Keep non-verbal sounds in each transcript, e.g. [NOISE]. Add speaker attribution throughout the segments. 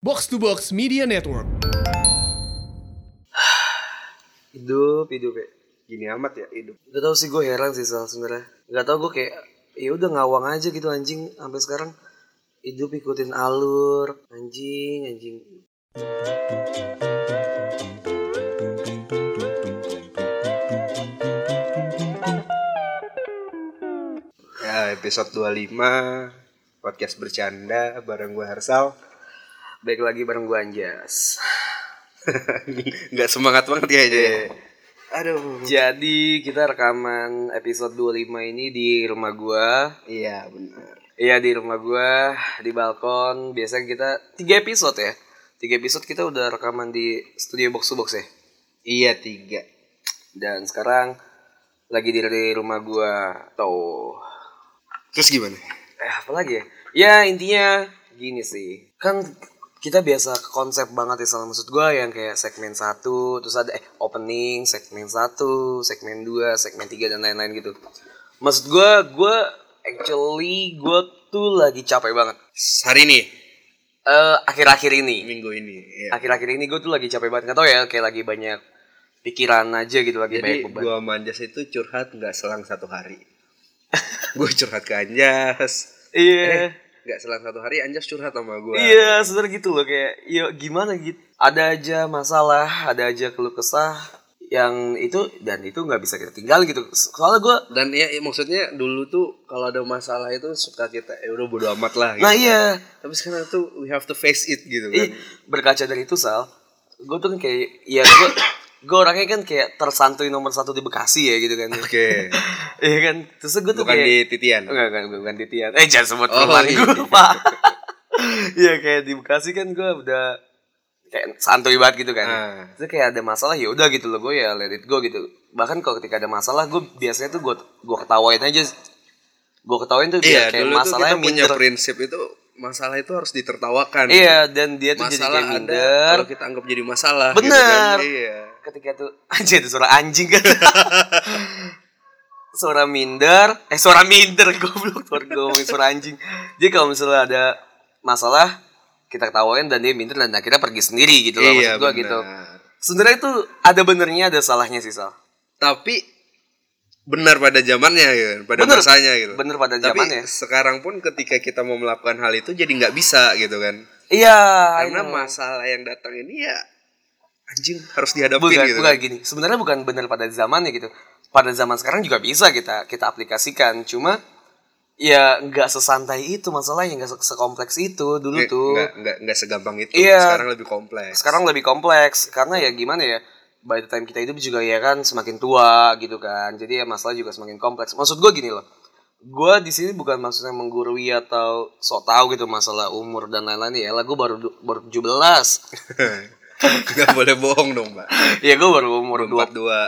Speaker 1: Box to Box Media Network.
Speaker 2: hidup hidup kayak gini amat ya hidup gak tau sih gue heran sih soal sebenarnya gak tau gue kayak ya udah ngawang aja gitu anjing sampai sekarang hidup ikutin alur anjing anjing ya episode 25 podcast bercanda bareng gue Hersal Baik lagi bareng gue Anjas
Speaker 3: nggak semangat banget kayaknya ya.
Speaker 2: Aduh. Iya. Jadi kita rekaman episode 25 ini di rumah gua.
Speaker 3: Iya benar.
Speaker 2: Iya di rumah gua, di balkon. Biasanya kita tiga episode ya. Tiga episode kita udah rekaman di studio box to box ya.
Speaker 3: Iya tiga.
Speaker 2: Dan sekarang lagi di, di rumah gua. Tuh.
Speaker 3: Terus gimana?
Speaker 2: Eh, apa lagi ya? Ya intinya gini sih. Kan kita biasa konsep banget ya salah maksud gua yang kayak segmen satu terus ada eh, opening segmen satu segmen 2, segmen 3 dan lain-lain gitu. Maksud gua gua actually gua tuh lagi capek banget.
Speaker 3: Hari ini,
Speaker 2: Eh akhir-akhir ini.
Speaker 3: minggu ini. Iya.
Speaker 2: Akhir-akhir ini gue tuh lagi capek banget. Gak tau ya kayak lagi banyak pikiran aja gitu lagi
Speaker 3: Jadi
Speaker 2: banyak beban.
Speaker 3: gua manjas itu curhat nggak selang satu hari. [LAUGHS] gua curhat ke Anjas.
Speaker 2: Iya.
Speaker 3: Nggak selang satu hari Anjas curhat sama gua.
Speaker 2: Iya, sebenernya gitu loh kayak, yo gimana gitu. Ada aja masalah, ada aja keluh kesah yang itu dan itu nggak bisa kita tinggal gitu. Soalnya gue,
Speaker 3: Dan ya ya, maksudnya dulu tuh kalau ada masalah itu suka kita eh, udah bodo amat lah. Gitu.
Speaker 2: nah iya,
Speaker 3: Tapi sekarang tuh we have to face it gitu
Speaker 2: Ih,
Speaker 3: kan.
Speaker 2: berkaca dari itu Sal, gue tuh kan kayak, ya gue, gue orangnya kan kayak tersantui nomor satu di Bekasi ya gitu kan. [LAUGHS]
Speaker 3: Oke.
Speaker 2: Iya kan, terus gue tuh
Speaker 3: Bukan
Speaker 2: kayak,
Speaker 3: di titian.
Speaker 2: Enggak, enggak, enggak, bukan titian. Eh, jangan sebut
Speaker 3: Oh,
Speaker 2: perumahan
Speaker 3: iya.
Speaker 2: gue, Pak. [LAUGHS] Iya, kayak di Bekasi kan gue udah kayak santuy banget gitu kan.
Speaker 3: Ah.
Speaker 2: Terus kayak ada masalah ya udah gitu loh gue ya let it go gitu. Bahkan kalau ketika ada masalah gue biasanya tuh gue gue ketawain aja. Gue ketawain tuh dia
Speaker 3: Iya,
Speaker 2: kayak
Speaker 3: dulu tuh kita
Speaker 2: masalahnya
Speaker 3: punya
Speaker 2: minder.
Speaker 3: prinsip itu masalah itu harus ditertawakan.
Speaker 2: Iya, dan dia tuh jadi
Speaker 3: masalah
Speaker 2: kayak
Speaker 3: ada
Speaker 2: minder.
Speaker 3: kalau kita anggap jadi masalah
Speaker 2: Bener.
Speaker 3: gitu kan. iya
Speaker 2: Ketika tuh aja itu [LAUGHS] suara anjing kan. [LAUGHS] suara minder, eh suara minder [LAUGHS] goblok suara gue ngomongin suara anjing. Jadi kalau misalnya ada masalah kita ketawain dan dia minder dan akhirnya pergi sendiri gitu
Speaker 3: Iya,
Speaker 2: loh maksud gue
Speaker 3: bener.
Speaker 2: gitu. Sebenarnya itu ada benernya ada salahnya sih Sal.
Speaker 3: tapi benar pada zamannya gitu kan, pada
Speaker 2: Bener.
Speaker 3: masanya gitu
Speaker 2: Bener pada
Speaker 3: tapi
Speaker 2: zamannya.
Speaker 3: sekarang pun ketika kita mau melakukan hal itu jadi nggak bisa gitu kan
Speaker 2: Iya, I
Speaker 3: karena
Speaker 2: know.
Speaker 3: masalah yang datang ini ya anjing harus dihadapi
Speaker 2: bukan
Speaker 3: gitu
Speaker 2: bukan
Speaker 3: kan.
Speaker 2: gini. Sebenarnya bukan bener pada zamannya gitu. Pada zaman sekarang juga bisa kita kita aplikasikan. Cuma ya nggak sesantai itu masalahnya nggak se- sekompleks itu dulu
Speaker 3: kan. Nggak-
Speaker 2: tuh.
Speaker 3: Iya, nggak nggak nggak segampang itu
Speaker 2: gitu. Iya.
Speaker 3: sekarang lebih kompleks
Speaker 2: sekarang lebih kompleks karena ya gimana ya by the time kita hidup juga ya kan semakin tua gitu kan jadi ya masalah juga semakin kompleks maksud gue gini loh gue di sini bukan maksudnya menggurui atau sok tahu gitu masalah umur dan lain-lain ya lah gue baru du- baru
Speaker 3: [LAUGHS]
Speaker 2: 17
Speaker 3: [LAUGHS] nggak boleh bohong dong mbak
Speaker 2: ya gue baru umur dua
Speaker 3: empat dua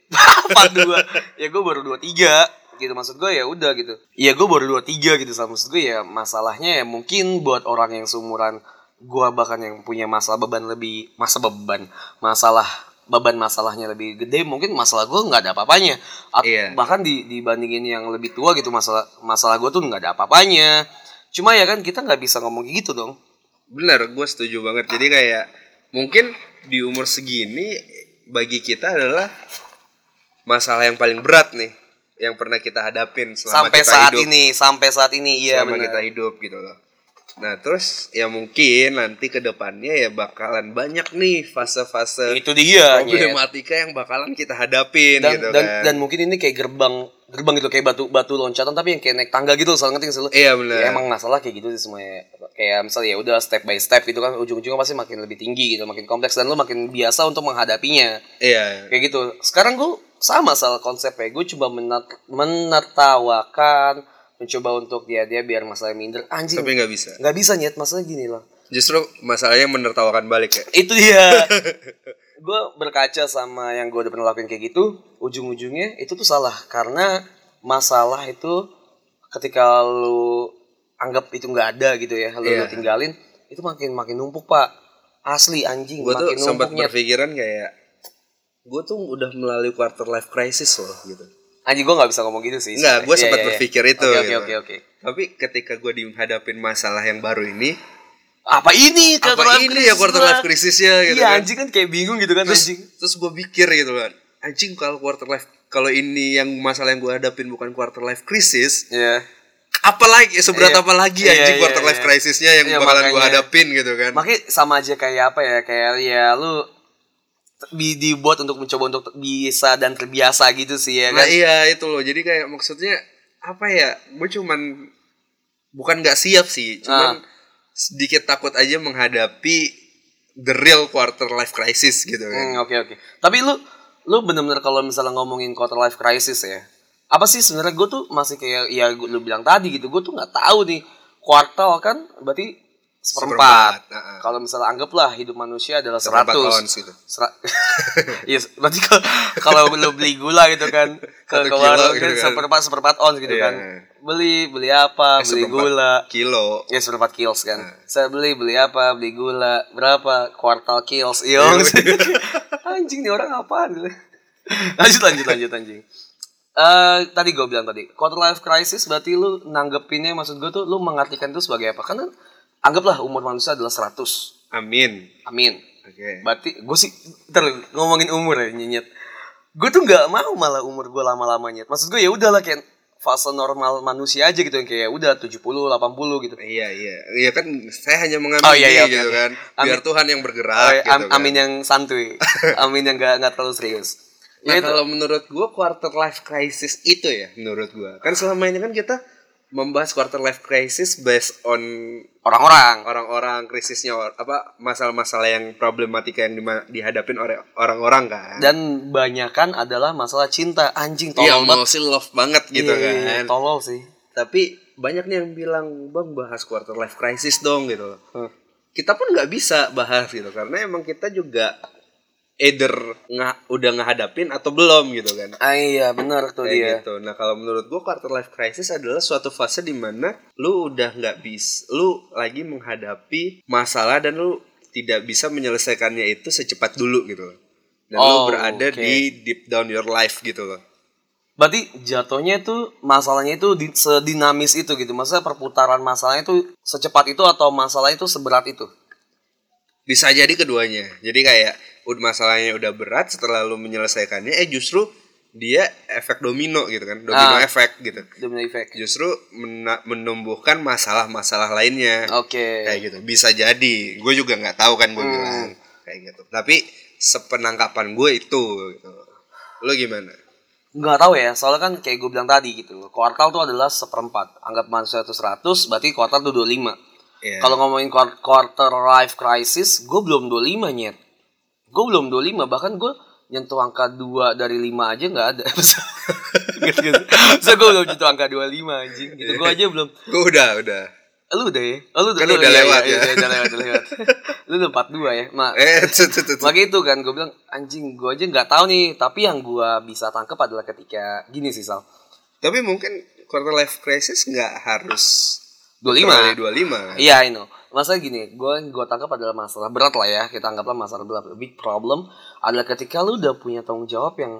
Speaker 2: [LAUGHS] empat Iya. dua ya gue baru dua tiga gitu maksud gue ya udah gitu ya gue baru dua tiga gitu sama maksud gue ya masalahnya ya mungkin buat orang yang seumuran gue bahkan yang punya masalah beban lebih masa beban masalah beban masalahnya lebih gede mungkin masalah gue nggak ada apa-apanya At-
Speaker 3: Iya.
Speaker 2: bahkan di, dibandingin yang lebih tua gitu masalah masalah gue tuh nggak ada apa-apanya cuma ya kan kita nggak bisa ngomong gitu dong
Speaker 3: Bener, gue setuju banget. Jadi kayak mungkin di umur segini bagi kita adalah masalah yang paling berat nih yang pernah kita hadapin selama
Speaker 2: sampai
Speaker 3: kita
Speaker 2: saat
Speaker 3: hidup,
Speaker 2: ini sampai saat ini iya
Speaker 3: selama
Speaker 2: benar
Speaker 3: kita hidup gitu loh. Nah terus ya mungkin nanti kedepannya ya bakalan banyak nih fase-fase
Speaker 2: itu dia Nyet.
Speaker 3: problematika yang bakalan kita hadapin
Speaker 2: Iya, dan,
Speaker 3: gitu
Speaker 2: dan,
Speaker 3: kan.
Speaker 2: dan mungkin ini kayak gerbang gerbang gitu kayak batu batu loncatan tapi yang kayak naik tangga gitu soal ngerti nggak sih lu?
Speaker 3: iya bener.
Speaker 2: Ya, emang masalah kayak gitu sih semuanya kayak misalnya ya udah step by step gitu kan ujung-ujungnya pasti makin lebih tinggi gitu makin kompleks dan lu makin biasa untuk menghadapinya
Speaker 3: Iya.
Speaker 2: kayak gitu sekarang gue sama salah konsepnya gue coba mener- menertawakan mencoba untuk dia dia biar masalah minder anjing
Speaker 3: Tapi nggak bisa.
Speaker 2: nggak bisa nyet masalah gini loh
Speaker 3: Justru masalahnya menertawakan balik ya.
Speaker 2: itu
Speaker 3: [LAUGHS]
Speaker 2: dia gue berkaca sama yang gue udah pernah lakuin kayak gitu ujung-ujungnya itu tuh salah karena masalah itu ketika lu anggap itu nggak ada gitu ya lu, lu
Speaker 3: Iya.
Speaker 2: tinggalin itu makin makin numpuk pak asli anjing
Speaker 3: gue tuh
Speaker 2: makin
Speaker 3: sempat
Speaker 2: numpuknya
Speaker 3: berpikiran kayak gue tuh udah melalui quarter life crisis loh gitu
Speaker 2: anjing gue nggak bisa ngomong gitu sih
Speaker 3: Nggak, gue
Speaker 2: Iya,
Speaker 3: sempat
Speaker 2: iya, iya.
Speaker 3: berpikir itu
Speaker 2: oke oke
Speaker 3: gitu.
Speaker 2: oke oke
Speaker 3: tapi ketika gue dihadapin masalah yang baru ini
Speaker 2: apa ini
Speaker 3: apa
Speaker 2: quarter life
Speaker 3: ini
Speaker 2: crisis
Speaker 3: ya quarter life
Speaker 2: gua?
Speaker 3: crisisnya gitu
Speaker 2: iya
Speaker 3: kan
Speaker 2: anjing kan kayak bingung gitu kan
Speaker 3: terus
Speaker 2: anjing
Speaker 3: terus gue pikir gitu kan anjing kalau quarter life kalau ini yang masalah yang gue hadapin bukan quarter life crisis
Speaker 2: Iya.
Speaker 3: apalagi seberat
Speaker 2: Iya.
Speaker 3: apa lagi
Speaker 2: Iya,
Speaker 3: anjing
Speaker 2: iya,
Speaker 3: quarter life
Speaker 2: iya.
Speaker 3: crisisnya yang
Speaker 2: Iya,
Speaker 3: bakalan gue
Speaker 2: makanya.
Speaker 3: hadapin gitu kan
Speaker 2: makanya sama aja kayak apa ya kayak ya lu t- di- dibuat untuk mencoba untuk t- bisa dan terbiasa gitu sih ya
Speaker 3: nah
Speaker 2: kan
Speaker 3: iya itu loh jadi kayak maksudnya apa ya gue cuman bukan nggak siap
Speaker 2: Ah.
Speaker 3: sih cuman sedikit takut aja menghadapi the real quarter life crisis gitu kan
Speaker 2: Hmm, oke oke tapi lu lu bener-bener kalau misalnya ngomongin quarter life crisis ya apa sih sebenarnya gue tuh masih kayak ya gua- lu bilang tadi gitu gue tuh nggak tahu nih kuartal kan berarti seperempat
Speaker 3: Heeh.
Speaker 2: kalau misalnya anggaplah hidup manusia adalah
Speaker 3: Seperempat
Speaker 2: 100
Speaker 3: ounce gitu.
Speaker 2: Sera- [LAUGHS] Iya, berarti kalau kalau lo beli gula gitu kan ke ke
Speaker 3: Satu kilo
Speaker 2: warung
Speaker 3: gitu
Speaker 2: kan
Speaker 3: kan.
Speaker 2: seperempat seperempat ons gitu
Speaker 3: Iya.
Speaker 2: kan. Beli beli apa?
Speaker 3: Eh,
Speaker 2: beli
Speaker 3: seperempat
Speaker 2: gula.
Speaker 3: kilo
Speaker 2: Ya seperempat kilos kan. Saya beli beli apa? Beli gula. Berapa? Kuartal kilos. Iya. [LAUGHS] anjing nih orang apaan gitu. Lanjut lanjut lanjut anjing. Eh tadi gue bilang tadi quarter life crisis berarti lu nanggepinnya maksud gue tuh lu mengartikan itu sebagai apa? Karena anggaplah umur manusia adalah 100.
Speaker 3: amin
Speaker 2: Amin.
Speaker 3: oke
Speaker 2: Berarti gue sih ntar lu, ngomongin umur ya nyinyet. Gue tuh nggak mau malah umur gue lama-lama nyet. Maksud gue ya udahlah kayak fase normal manusia aja gitu yang kayak udah 70, 80 gitu.
Speaker 3: Iya iya iya kan saya hanya mengamini
Speaker 2: Oh, iya, iya, oke,
Speaker 3: gitu
Speaker 2: oke.
Speaker 3: kan biar Tuhan yang bergerak
Speaker 2: Eh,
Speaker 3: gitu
Speaker 2: am-
Speaker 3: kan.
Speaker 2: amin yang
Speaker 3: [LAUGHS]
Speaker 2: santuy. amin yang nggak nggak terlalu serius.
Speaker 3: Nah,
Speaker 2: Ya itu.
Speaker 3: kalau menurut gua quarter life crisis itu ya menurut gua kan selama ini kan kita membahas quarter life crisis based on
Speaker 2: orang-orang.
Speaker 3: orang-orang krisisnya or- apa masalah-masalah yang problematika yang dima- dihadapin oleh orang-orang kan.
Speaker 2: Dan banyakan adalah masalah cinta anjing
Speaker 3: Iya,
Speaker 2: tolol banget.
Speaker 3: mostly love banget gitu
Speaker 2: Iya, iya, iya,
Speaker 3: kan.
Speaker 2: Tolol sih.
Speaker 3: Tapi banyak nih yang bilang, "Bang, bahas quarter life crisis dong" gitu.
Speaker 2: Hmm.
Speaker 3: Kita pun nggak bisa bahas gitu karena emang kita juga either nga, udah ngehadapin atau belum gitu kan.
Speaker 2: Ah, iya benar tuh
Speaker 3: Kayak
Speaker 2: dia.
Speaker 3: gitu. Nah, kalau menurut gua quarter life crisis adalah suatu fase di mana lu udah nggak bisa, lu lagi menghadapi masalah dan lu tidak bisa menyelesaikannya itu secepat dulu gitu loh. Dan
Speaker 2: Oh,
Speaker 3: lu berada
Speaker 2: oke.
Speaker 3: di deep down your life gitu loh.
Speaker 2: Berarti jatuhnya itu masalahnya itu di- sedinamis itu gitu. Maksudnya perputaran masalahnya itu secepat itu atau masalahnya itu seberat itu.
Speaker 3: Bisa jadi keduanya. Jadi kayak ud masalahnya udah berat setelah lu menyelesaikannya eh justru dia efek domino gitu kan, domino
Speaker 2: Ah.
Speaker 3: efek gitu.
Speaker 2: Domino effect.
Speaker 3: Justru mena- menumbuhkan masalah-masalah
Speaker 2: Oh,
Speaker 3: lainnya. kayak
Speaker 2: Oke.
Speaker 3: gitu bisa jadi gue juga nggak tahu kan
Speaker 2: Hmm.
Speaker 3: gue bilang kayak gitu tapi sepenangkapan gue itu gitu. lo gimana
Speaker 2: Nggak tahu ya, soalnya kan kayak gue bilang tadi gitu. Kuartal tuh adalah seperempat. Anggap manusia itu 100, berarti kuartal itu 25.
Speaker 3: Iya.
Speaker 2: Kalau ngomongin quar- quarter life crisis, gue belum 25 nyet. Gue belum 25, bahkan gue nyentuh angka 2 dari 5 aja nggak ada. [LAUGHS] gitu. So, gue belum nyentuh angka 25 anjing. Gitu. Gue aja belum
Speaker 3: gue udah udah
Speaker 2: lu udah ya oh, lu
Speaker 3: Kan
Speaker 2: lu-
Speaker 3: udah
Speaker 2: iya,
Speaker 3: lewat
Speaker 2: iya,
Speaker 3: ya.
Speaker 2: iya, udah lewat udah lewat lu udah 42 ya mak
Speaker 3: eh [LAUGHS] tut, tut, tut, tut.
Speaker 2: Makanya itu kan gue bilang anjing gue aja nggak tahu nih tapi yang gue bisa tangkap adalah ketika gini sih sal
Speaker 3: tapi mungkin quarter life crisis nggak harus
Speaker 2: 25
Speaker 3: dua lima
Speaker 2: iya I know masalah gini gue gue tangkap adalah masalah berat lah ya kita anggaplah masalah berat big problem adalah ketika lu udah punya tanggung jawab yang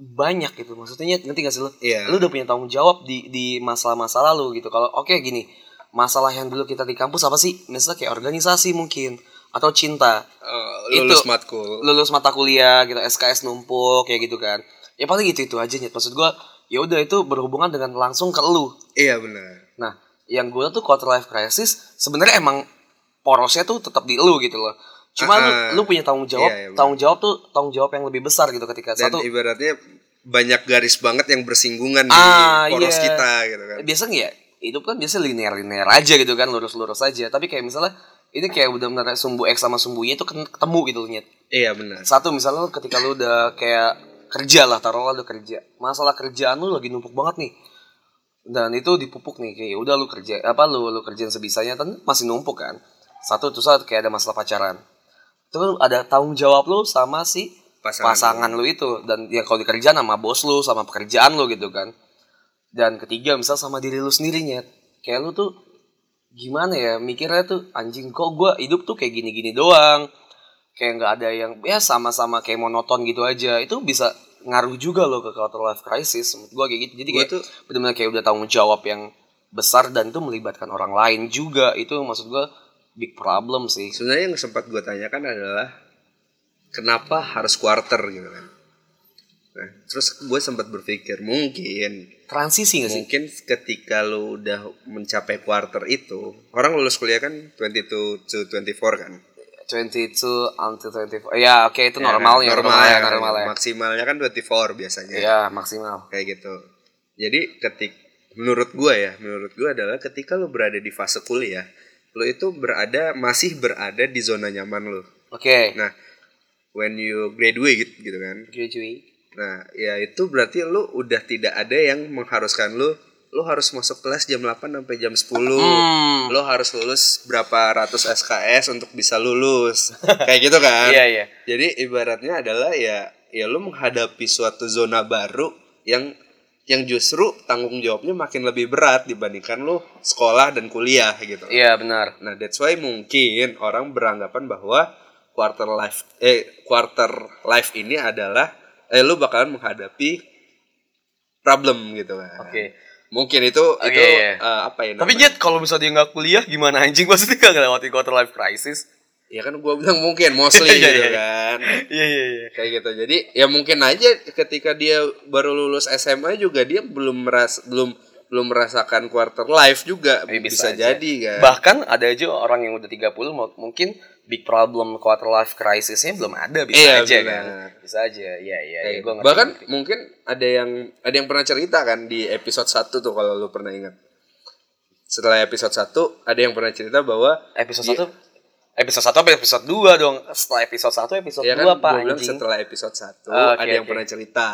Speaker 2: banyak gitu maksudnya Nyet, ngerti gak sih lu
Speaker 3: Iya.
Speaker 2: lu udah punya tanggung jawab di di masalah-masalah lu gitu kalau oke gini masalah yang dulu kita di kampus apa sih misalnya kayak organisasi mungkin atau cinta
Speaker 3: Oh, lulus
Speaker 2: Itu.
Speaker 3: matkul
Speaker 2: lulus mata kuliah gitu SKS numpuk kayak gitu kan ya paling itu itu aja Nyet. maksud gua ya udah itu berhubungan dengan langsung ke lu
Speaker 3: iya benar
Speaker 2: nah yang gua tuh quarter life crisis sebenarnya emang porosnya tuh tetap di lu gitu loh cuma lu,
Speaker 3: Ah, ah.
Speaker 2: lu punya tanggung jawab
Speaker 3: Iya, iya, bener.
Speaker 2: tanggung jawab tuh tanggung jawab yang lebih besar gitu ketika
Speaker 3: dan
Speaker 2: satu
Speaker 3: ibaratnya banyak garis banget yang bersinggungan
Speaker 2: Ah,
Speaker 3: di poros
Speaker 2: iya.
Speaker 3: kita gitu kan
Speaker 2: biasa nggak ya hidup kan biasa linear linear aja gitu kan lurus lurus aja tapi kayak misalnya ini kayak udah benar sumbu x sama sumbu y itu ken- ketemu gitu loh Nyet.
Speaker 3: iya benar
Speaker 2: satu misalnya lu ketika lu udah kayak kerja lah taruhlah lu kerja masalah kerjaan lu lagi numpuk banget nih dan itu dipupuk nih kayak ya udah lu kerja apa lu lu kerjain sebisanya kan masih numpuk kan satu terus ada- kayak ada masalah pacaran itu kan ada tanggung jawab lu sama si
Speaker 3: Pasangan.
Speaker 2: pasangan, lu itu dan ya kalau di kerjaan sama bos lu sama pekerjaan lu gitu kan dan ketiga misal sama diri lu sendiri Nyet. kayak lu tuh gimana ya mikirnya tuh anjing kok gua hidup tuh kayak gini-gini doang kayak nggak ada yang ya sama-sama kayak monoton gitu aja itu bisa ngaruh juga loh ke quarter life crisis menurut gua kayak gitu jadi
Speaker 3: Gua
Speaker 2: kayak
Speaker 3: tuh-
Speaker 2: benar-benar kayak udah tanggung jawab yang besar dan itu melibatkan orang lain juga itu maksud gua big problem sih
Speaker 3: Sebenarnya yang sempat gue tanyakan adalah kenapa harus quarter gitu kan. Nah, terus gue sempat berpikir mungkin
Speaker 2: transisi nggak sih
Speaker 3: mungkin ketika lu udah mencapai quarter itu, orang lulus kuliah kan 22 to 24 kan.
Speaker 2: 22 until 24 ya oke itu normalnya
Speaker 3: normal,
Speaker 2: normalnya,
Speaker 3: ya, Iya.
Speaker 2: normalnya.
Speaker 3: Maksimalnya kan 24 biasanya.
Speaker 2: ya maksimal
Speaker 3: Kayak gitu. Jadi ketik menurut gue ya, menurut gue adalah ketika lu berada di fase kuliah, lu itu berada masih berada di zona nyaman lu.
Speaker 2: oke
Speaker 3: Nah, when you graduate gitu kan.
Speaker 2: graduate
Speaker 3: Nah, ya itu berarti lu udah tidak ada yang mengharuskan lu lu harus masuk kelas jam 8 sampai jam 10.
Speaker 2: Hmm.
Speaker 3: Lu harus lulus berapa ratus SKS untuk bisa lulus. [LAUGHS] Kayak gitu kan?
Speaker 2: iya iya
Speaker 3: Jadi ibaratnya adalah ya ya lu menghadapi suatu zona baru yang yang justru tanggung jawabnya makin lebih berat dibandingkan lu sekolah dan kuliah gitu.
Speaker 2: iya benar
Speaker 3: Nah, that's why mungkin orang beranggapan bahwa quarter life eh quarter life ini adalah eh lu bakalan menghadapi problem gitu kan.
Speaker 2: oke
Speaker 3: Mungkin itu
Speaker 2: Oke,
Speaker 3: itu
Speaker 2: iya.
Speaker 3: eh, apa ya
Speaker 2: tapi
Speaker 3: namanya?
Speaker 2: Jet kalau misalnya dia nggak kuliah gimana anjing maksudnya nggak ngelewatin quarter life crisis
Speaker 3: ya kan gua bilang mungkin
Speaker 2: [LAUGHS] Iya,
Speaker 3: mostly gitu
Speaker 2: iya, iya.
Speaker 3: kan.
Speaker 2: iya iya iya
Speaker 3: Kayak gitu. Jadi ya mungkin aja ketika dia baru lulus SMA juga dia belum meras belum belum merasakan quarter life juga
Speaker 2: Eh, bisa
Speaker 3: bisa,
Speaker 2: aja.
Speaker 3: jadi kan.
Speaker 2: bahkan ada aja orang yang udah 30 mau- mungkin big problem quarter life crisisnya belum ada bisa
Speaker 3: Iya,
Speaker 2: aja
Speaker 3: benar.
Speaker 2: kan bisa aja iya iya iya,
Speaker 3: Kayak
Speaker 2: gua
Speaker 3: gitu.
Speaker 2: ngerti,
Speaker 3: bahkan
Speaker 2: ngerti.
Speaker 3: mungkin ada yang ada yang pernah cerita kan di episode 1 tuh kalau lu pernah ingat setelah episode 1 ada yang pernah cerita bahwa
Speaker 2: episode satu episode satu apa episode dua dong setelah episode satu episode
Speaker 3: ya kan
Speaker 2: dua pak
Speaker 3: gua bilang
Speaker 2: anjing
Speaker 3: setelah episode 1
Speaker 2: Ah, oke,
Speaker 3: ada yang
Speaker 2: oke.
Speaker 3: pernah cerita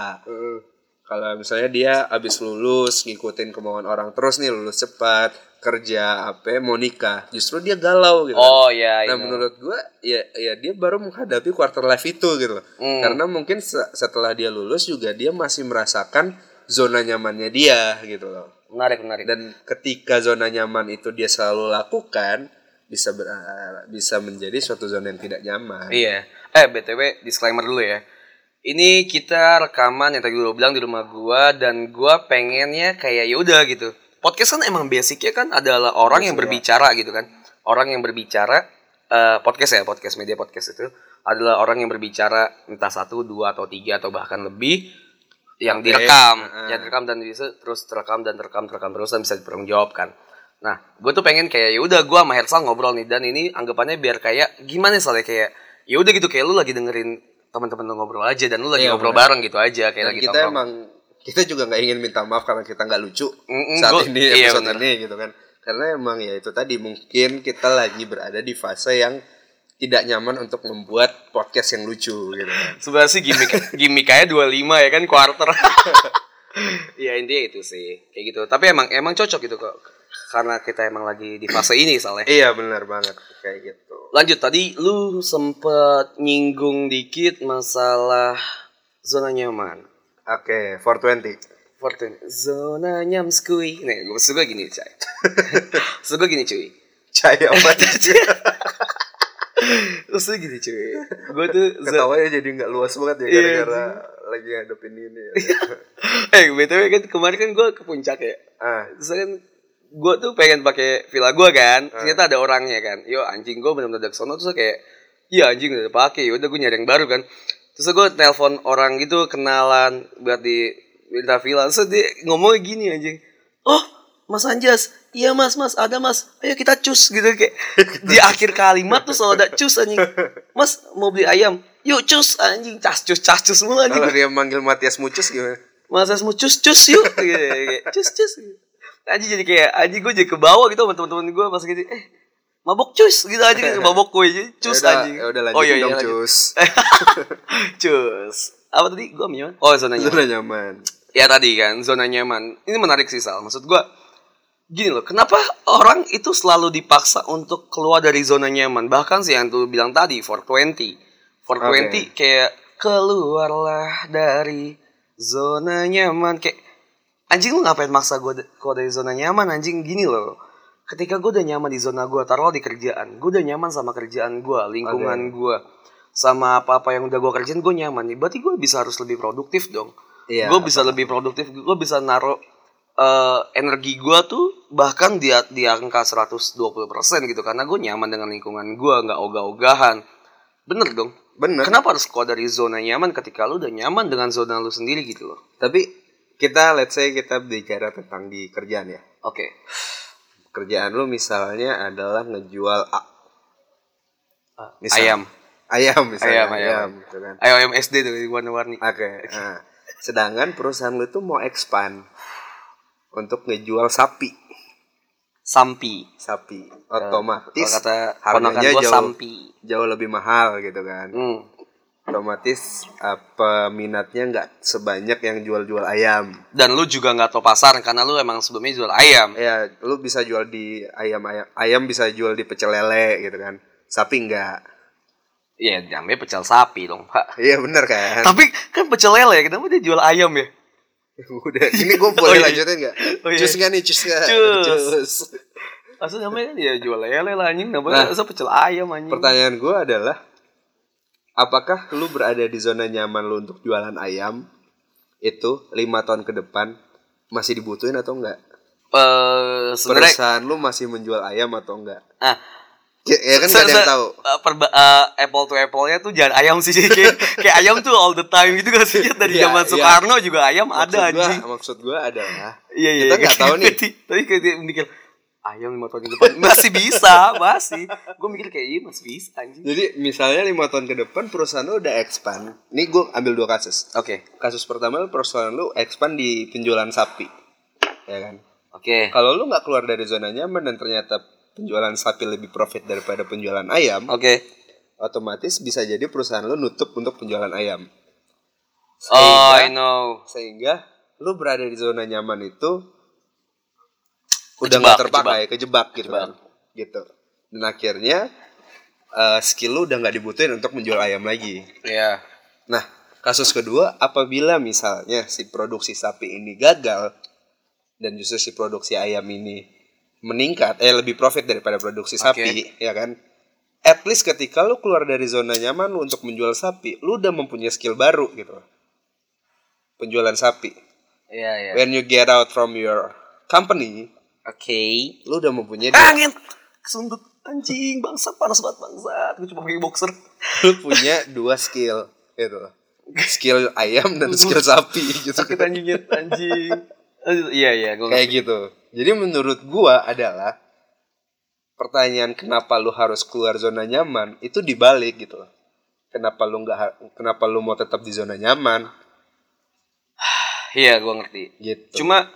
Speaker 3: kalau misalnya dia abis lulus ngikutin kemauan orang terus nih lulus cepat kerja apa mau nikah justru dia galau gitu
Speaker 2: oh ya
Speaker 3: Nah menurut gue ya ya dia baru menghadapi quarter life itu gitu loh.
Speaker 2: Hmm.
Speaker 3: Karena mungkin se- setelah dia lulus juga dia masih merasakan zona nyamannya dia gitu loh.
Speaker 2: menarik menarik
Speaker 3: Dan ketika zona nyaman itu dia selalu lakukan bisa ber- eh, bisa menjadi suatu zona yang tidak nyaman.
Speaker 2: Iya. Eh btw disclaimer dulu ya. Ini kita rekaman yang tadi gue bilang di rumah gua dan gua pengennya kayak yaudah gitu. Podcast kan emang basicnya kan adalah orang yang berbicara gitu kan. Orang yang berbicara eh, podcast ya podcast media podcast itu adalah orang yang berbicara entah satu dua atau tiga atau bahkan lebih yang
Speaker 3: Oke.
Speaker 2: direkam,
Speaker 3: Heeh.
Speaker 2: yang direkam dan bisa terus terekam dan terekam terekam terus dan bisa dipertanggungjawabkan. Nah, gue tuh pengen kayak ya udah gue sama Hersal ngobrol nih dan ini anggapannya biar kayak gimana soalnya kayak ya udah gitu kayak lu lagi dengerin teman-teman lu ngobrol aja dan lu lagi
Speaker 3: Iya,
Speaker 2: ngobrol bareng gitu aja kayak
Speaker 3: Dan
Speaker 2: lagi
Speaker 3: kita emang kita juga nggak ingin minta maaf karena kita nggak lucu
Speaker 2: Mm-mm,
Speaker 3: saat
Speaker 2: gua-
Speaker 3: ini
Speaker 2: iya,
Speaker 3: episode
Speaker 2: bener.
Speaker 3: ini gitu kan. Karena emang ya itu tadi mungkin kita lagi berada di fase yang tidak nyaman untuk membuat podcast yang lucu gitu kan.
Speaker 2: Sebenarnya sih
Speaker 3: [LAUGHS]
Speaker 2: gimmick gimmick kayak 25 ya kan quarter. [LAUGHS] ya intinya itu sih kayak gitu. Tapi emang emang cocok gitu kok karena kita emang lagi di fase ini soalnya.
Speaker 3: Iya benar banget kayak gitu.
Speaker 2: Lanjut tadi lu sempet nyinggung dikit masalah zona nyaman.
Speaker 3: Oke, [LAUGHS] 420.
Speaker 2: Fortune zona nyamskui. Nih, maksud gue gini, [LAUGHS] Cai. maksud gue gini, cuy.
Speaker 3: Caya apa?
Speaker 2: Eh, Maksud gue gini, cuy. Gue tuh zo-
Speaker 3: Ketawanya jadi nggak luas banget ya
Speaker 2: Iya,
Speaker 3: gara-gara lagi ngadepin ini. Ya.
Speaker 2: Eh, BTW kan kemarin kan gue ke puncak ya.
Speaker 3: ah,
Speaker 2: Terus kan gue tuh pengen pakai villa gue kan. Ternyata ada orangnya kan. Yo anjing gue bener-bener dari sono terus kayak Iya anjing udah pakai, udah gue nyari yang baru kan. Terus gue telepon orang gitu kenalan buat di minta villa. Terus dia ngomongnya gini anjing. Oh Mas Anjas, iya mas, mas, ada mas, ayo kita cus gitu kayak di akhir kalimat tuh selalu ada cus anjing, mas mau beli ayam, yuk cus anjing, cas cus, cas cus mulu anjing,
Speaker 3: kalau dia manggil Matias Mucus gimana?
Speaker 2: Mas Asmu cus cus
Speaker 3: [LAUGHS]
Speaker 2: yuk Gitu, kayak, cus cus aja jadi kayak aja gue jadi ke bawah gitu sama teman-teman gue pas gitu eh mabok cus gitu
Speaker 3: [LAUGHS]
Speaker 2: aja kayak mabok gue aja cus
Speaker 3: Yaudah,
Speaker 2: anjing
Speaker 3: yaudah,
Speaker 2: oh
Speaker 3: ya
Speaker 2: iya iya
Speaker 3: lanjutin dong,
Speaker 2: lanjut.
Speaker 3: Cus.
Speaker 2: [GASPS] cus apa tadi gue nyaman oh zona nyaman
Speaker 3: Zona nyaman.
Speaker 2: ya tadi kan zona nyaman ini menarik sih sal maksud gue gini loh kenapa orang itu selalu dipaksa untuk keluar dari zona nyaman bahkan sih yang tuh bilang tadi 420 420 kayak keluarlah dari zona nyaman kayak anjing lu ngapain maksa gue keluar dari zona nyaman anjing gini loh ketika gue udah nyaman di zona gue taruh di kerjaan gue udah nyaman sama kerjaan gue lingkungan gue sama apa-apa yang udah gue kerjain gue nyaman nih berarti gue bisa harus lebih produktif dong
Speaker 3: Iya.
Speaker 2: gue bisa lebih produktif gue bisa naruh eh, energi gue tuh bahkan di, di angka 120% gitu karena gue nyaman dengan lingkungan gue nggak ogah-ogahan bener dong
Speaker 3: Bener.
Speaker 2: kenapa harus keluar dari zona nyaman ketika lu udah nyaman dengan zona lu sendiri gitu loh
Speaker 3: Tapi kita let's say kita bicara tentang di kerjaan ya.
Speaker 2: oke
Speaker 3: Kerjaan lu misalnya adalah ngejual a- Misal.
Speaker 2: ayam
Speaker 3: ayam misalnya.
Speaker 2: Ayam, ayam.
Speaker 3: gitu kan.
Speaker 2: ayam ayam SD tuh warna-warni
Speaker 3: Oke.
Speaker 2: [LAUGHS]
Speaker 3: nah. Sedangkan perusahaan lu tuh mau expand untuk ngejual sapi.
Speaker 2: sampi
Speaker 3: Sapi
Speaker 2: Nah, Kalau
Speaker 3: otomatis
Speaker 2: kata ponakan
Speaker 3: harganya
Speaker 2: gue
Speaker 3: jauh
Speaker 2: sampi
Speaker 3: jauh lebih mahal gitu kan.
Speaker 2: Hmm.
Speaker 3: Otomatis eh, peminatnya nggak sebanyak yang jual-jual ayam.
Speaker 2: dan lu juga nggak tau pasar karena lu emang sebelumnya jual ayam
Speaker 3: Ya, lu bisa jual di ayam ayam ayam bisa jual di pecel lele gitu kan. Sapi enggak.
Speaker 2: ya namanya pecel sapi dong pak
Speaker 3: Iya bener
Speaker 2: [LAUGHS]
Speaker 3: kan.
Speaker 2: Tapi kan pecel lele, kenapa dia jual ayam ya?
Speaker 3: Udah, ini gue boleh
Speaker 2: Oh, iya.
Speaker 3: lanjutin nggak?
Speaker 2: Oh, iya.
Speaker 3: Cus nggak nih, cus nggak?
Speaker 2: Cus.
Speaker 3: Cus.
Speaker 2: Maksudnya namanya kan dia jual lele lah anjing, namanya masa pecel ayam anjing.
Speaker 3: Nah, Pertanyaan gue adalah, apakah lu berada di zona nyaman lu untuk jualan ayam itu lima tahun ke depan masih dibutuhin atau enggak?
Speaker 2: Eh, sebenarnya
Speaker 3: Perusahaan lu masih menjual ayam atau enggak?
Speaker 2: ah,
Speaker 3: Ya, ya kan nggak ada yang
Speaker 2: se-
Speaker 3: tahu.
Speaker 2: eh, perba- eh, apple to apple-nya tuh jangan ayam sih [LAUGHS] kayak, kayak ayam tuh all the time gitu gak sih dari
Speaker 3: Iya,
Speaker 2: zaman
Speaker 3: iya.
Speaker 2: Soekarno juga ayam ada
Speaker 3: Maksud gua,
Speaker 2: anjing.
Speaker 3: maksud gue adalah
Speaker 2: Iya iya.
Speaker 3: kita nggak tahu nih.
Speaker 2: Tapi- Tapi [LAUGHS] kayak dia mikir ayam lima tahun ke depan [LAUGHS] masih bisa, masih. Gue mikir kayak iya masih bisa anjing.
Speaker 3: Jadi misalnya lima tahun ke depan perusahaan lu udah expand. Ini gue ambil dua kasus.
Speaker 2: Oke.
Speaker 3: Kasus pertama lu perusahaan lu expand di penjualan sapi, ya kan?
Speaker 2: Oke.
Speaker 3: Kalau lu nggak keluar dari zona nyaman dan ternyata penjualan sapi lebih profit daripada penjualan ayam,
Speaker 2: Oke.
Speaker 3: otomatis bisa jadi perusahaan lu nutup untuk penjualan ayam.
Speaker 2: Oh, I
Speaker 3: Sehingga,
Speaker 2: know.
Speaker 3: sehingga lu berada di zona nyaman itu udah
Speaker 2: Kejebak,
Speaker 3: nggak terpakai, kejebak, gitu,
Speaker 2: Kejebak.
Speaker 3: kan. gitu. Dan akhirnya eh, skill lu udah nggak dibutuhin untuk menjual ayam lagi.
Speaker 2: Iya.
Speaker 3: Nah, kasus kedua, apabila misalnya si produksi sapi ini gagal dan justru si produksi ayam ini meningkat, eh lebih profit daripada produksi sapi, ya kan? At least ketika lu keluar dari zona nyaman lu untuk menjual sapi, lu udah mempunyai skill baru gitu. Penjualan sapi.
Speaker 2: Iya iya.
Speaker 3: When you get out from your company,
Speaker 2: Oke.
Speaker 3: lu udah mempunyai
Speaker 2: Ah, angin kesundut anjing bangsat panas banget bangsat gue cuma pakai boxer
Speaker 3: lu punya dua skill gitu. Skill ayam dan skill sapi gitu.
Speaker 2: sakit anjingnya anjing Aduh, iya iya gue
Speaker 3: kayak gitu. Jadi menurut gua adalah pertanyaan kenapa lu harus keluar zona nyaman itu dibalik gitu loh. Kenapa lu nggak ha- kenapa lu mau tetap di zona nyaman
Speaker 2: iya gue ngerti
Speaker 3: gitu.
Speaker 2: cuma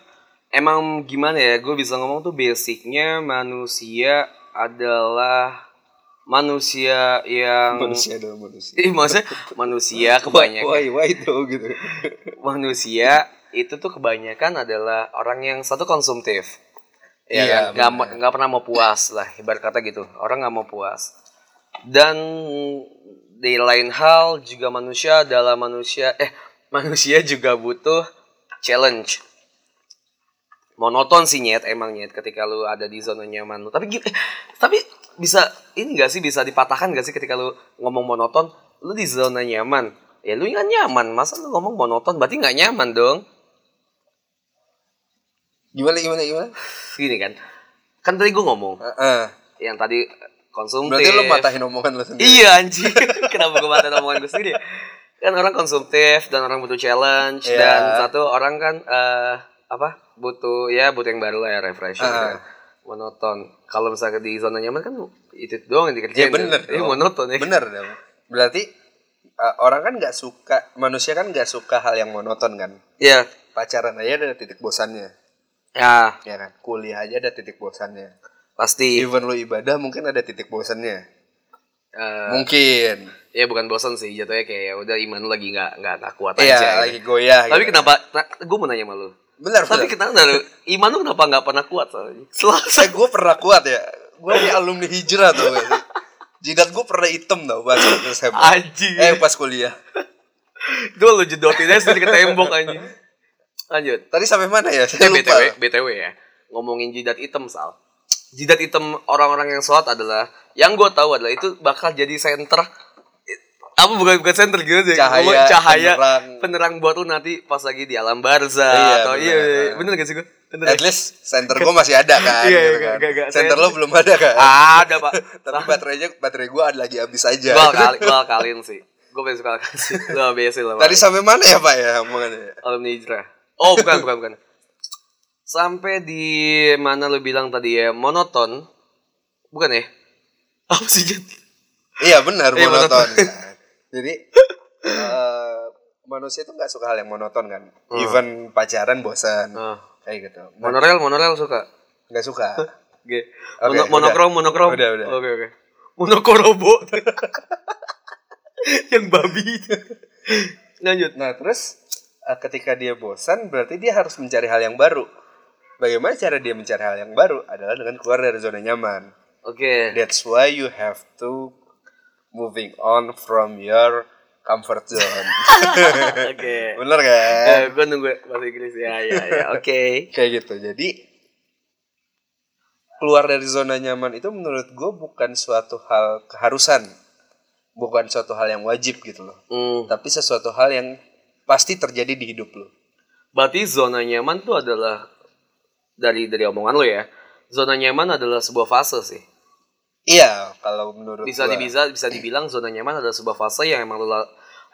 Speaker 2: emang gimana ya gue bisa ngomong tuh basicnya manusia adalah manusia yang
Speaker 3: manusia dong manusia.
Speaker 2: Ih, maksudnya manusia kebanyakan
Speaker 3: Why, why itu gitu.
Speaker 2: manusia itu tuh kebanyakan adalah orang yang satu konsumtif ya
Speaker 3: Iya,
Speaker 2: kan? nggak mau- nggak pernah mau puas lah ibarat kata gitu orang nggak mau puas dan di lain hal juga manusia adalah manusia eh manusia juga butuh challenge monoton sih nyet emang nyet ketika lu ada di zona nyaman lu tapi gi- [LAUGHS] eh, tapi bisa ini gak sih bisa dipatahkan gak sih ketika lu ngomong monoton lu di zona nyaman ya lu kan nyaman masa lu ngomong monoton berarti nggak nyaman dong
Speaker 3: Gimana gimana gimana?
Speaker 2: gini kan kan tadi gue ngomong
Speaker 3: Heeh.
Speaker 2: yang tadi konsumtif
Speaker 3: Berarti lu ya? matahin omongan lu sendiri.
Speaker 2: iya anjing [LAUGHS] kenapa gue matahin omongan gue sendiri ya? kan orang konsumtif dan orang butuh challenge
Speaker 3: Iya.
Speaker 2: dan satu orang kan eh, apa butuh ya butuh yang baru lah ya refreshing gitu
Speaker 3: Ah.
Speaker 2: kan. monoton kalau misalnya di zona nyaman kan itu doang yang
Speaker 3: Ya
Speaker 2: dikerjain
Speaker 3: bener.
Speaker 2: ya,
Speaker 3: dong.
Speaker 2: monoton ya
Speaker 3: Bener dong. Berarti uh, orang kan nggak suka manusia kan nggak suka hal yang monoton kan.
Speaker 2: ya
Speaker 3: Pacaran aja ada titik bosannya.
Speaker 2: ya
Speaker 3: ya kan kuliah aja ada titik bosannya
Speaker 2: pasti
Speaker 3: even lu ibadah mungkin ada titik bosannya
Speaker 2: eh,
Speaker 3: mungkin
Speaker 2: ya bukan bosan sih jatuhnya kayak ya udah iman lu lagi nggak nggak nggak kuat aja
Speaker 3: iya
Speaker 2: gitu.
Speaker 3: lagi goyah
Speaker 2: tapi
Speaker 3: gitu.
Speaker 2: kenapa gue mau nanya sama lu
Speaker 3: benar
Speaker 2: tapi
Speaker 3: benar
Speaker 2: kenapa lu iman lu kenapa nggak pernah kuat selalu
Speaker 3: [LAUGHS] saya gue Eh, pernah kuat ya gue di alumni hijrah tuh guys. jidat gue pernah hitam tau pas pas SMA.
Speaker 2: anjing
Speaker 3: eh pas kuliah
Speaker 2: Gue lu jedotin aja sendiri ke tembok anjing. Lanjut.
Speaker 3: tadi sampai mana ya
Speaker 2: Eh,
Speaker 3: saya lupa
Speaker 2: BTW, BTW ya. Ngomongin jidat hitam, Sal. Jidat hitam orang-orang yang sholat adalah yang gue tahu adalah itu bakal jadi center apa bukan bukan center gitu sih
Speaker 3: Cahaya,
Speaker 2: Ngomong cahaya
Speaker 3: penerang.
Speaker 2: penerang. buat lu nanti pas lagi di alam barza
Speaker 3: Iya,
Speaker 2: atau
Speaker 3: benar.
Speaker 2: iya, iya bener gak sih gue bener
Speaker 3: At
Speaker 2: ya?
Speaker 3: least center gue masih ada kan.
Speaker 2: Iya,
Speaker 3: gitu
Speaker 2: iya,
Speaker 3: kan.
Speaker 2: gak- gak-
Speaker 3: Center
Speaker 2: saya-
Speaker 3: lo belum ada kan.
Speaker 2: ada pak
Speaker 3: [LAUGHS] Tapi baterainya baterai gue lagi habis aja.
Speaker 2: gua kali gua kalin sih gue pengen suka kalin sih lu biasa lah Pak.
Speaker 3: Tadi sampai mana ya pak ya omongannya?
Speaker 2: alumni hijrah oh bukan bukan bukan sampai di mana lu bilang tadi ya monoton bukan ya apa sih Jen?
Speaker 3: Iya benar
Speaker 2: Iya,
Speaker 3: monoton.
Speaker 2: monoton.
Speaker 3: kan. [LAUGHS] Jadi eh, manusia itu nggak suka hal yang monoton kan.
Speaker 2: Hmm.
Speaker 3: Even pacaran bosan
Speaker 2: Ah,
Speaker 3: kayak gitu. Nggak-
Speaker 2: monorel monorel suka
Speaker 3: Nggak suka.
Speaker 2: Oke.
Speaker 3: Oke,
Speaker 2: Mono-
Speaker 3: udah.
Speaker 2: monokrom, monokrom.
Speaker 3: Udah, udah.
Speaker 2: Oke, oke. Monokorobo. [LAUGHS] Yang babi itu. Lanjut.
Speaker 3: Nah terus eh, ketika dia bosan berarti dia harus mencari hal yang baru. Bagaimana cara dia mencari hal yang baru adalah dengan keluar dari zona nyaman.
Speaker 2: Oke. [LAUGHS]
Speaker 3: That's why you have to moving on from your comfort
Speaker 2: [LAUGHS]
Speaker 3: zone.
Speaker 2: Oke.
Speaker 3: Bener kan?
Speaker 2: Eh, gue nunggu bahasa Inggris ya, ya, ya. Oke.
Speaker 3: kayak gitu jadi keluar dari zona nyaman itu menurut gue bukan suatu hal keharusan bukan suatu hal yang wajib gitu loh
Speaker 2: Hmm,
Speaker 3: tapi sesuatu hal yang pasti terjadi di hidup lo
Speaker 2: Berarti zona nyaman tuh adalah dari dari omongan lo ya. Zona nyaman adalah sebuah fase sih.
Speaker 3: iya kalau menurut
Speaker 2: Bisa
Speaker 3: gua.
Speaker 2: bisa bisa dibilang zona nyaman adalah sebuah fase yang emang lo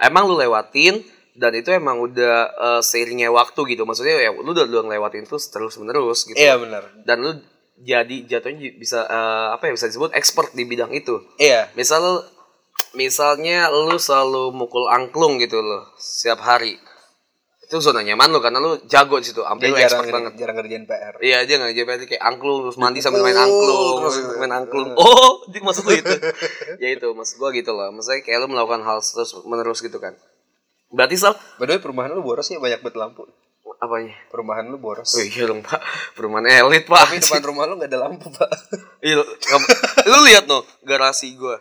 Speaker 2: emang lu lewatin dan itu emang udah eh, seiringnya waktu gitu. Maksudnya ya lu udah lu ngelewatin terus terus menerus gitu.
Speaker 3: iya benar
Speaker 2: dan lu jadi jatuhnya j- bisa eh, apa ya bisa disebut expert di bidang itu.
Speaker 3: iya
Speaker 2: Misal lu- misalnya lu selalu mukul angklung gitu loh setiap hari. Itu zona nyaman lu karena lu jago di situ, sampai
Speaker 3: dia
Speaker 2: lu
Speaker 3: jarang
Speaker 2: expert banget.
Speaker 3: jarang ngerjain PR
Speaker 2: Iya dia nggak jadi kayak angklung terus mandi sambil main angklung
Speaker 3: Terus- gitu. Iya.
Speaker 2: terus main angklung. Oh, [LAUGHS] di- maksud lu itu? ya itu maksud gua gitu loh. Maksudnya kayak lu melakukan hal terus menerus gitu kan. Berarti sal
Speaker 3: by the way perumahan lu boros ya banyak banget lampu
Speaker 2: apanya?
Speaker 3: perumahan lu boros
Speaker 2: Oh iya dong pak, perumahan elit pak. [LAUGHS]
Speaker 3: tapi depan rumah lu nggak ada lampu pak
Speaker 2: Iya, lu- kamu- lu lihat no garasi gua.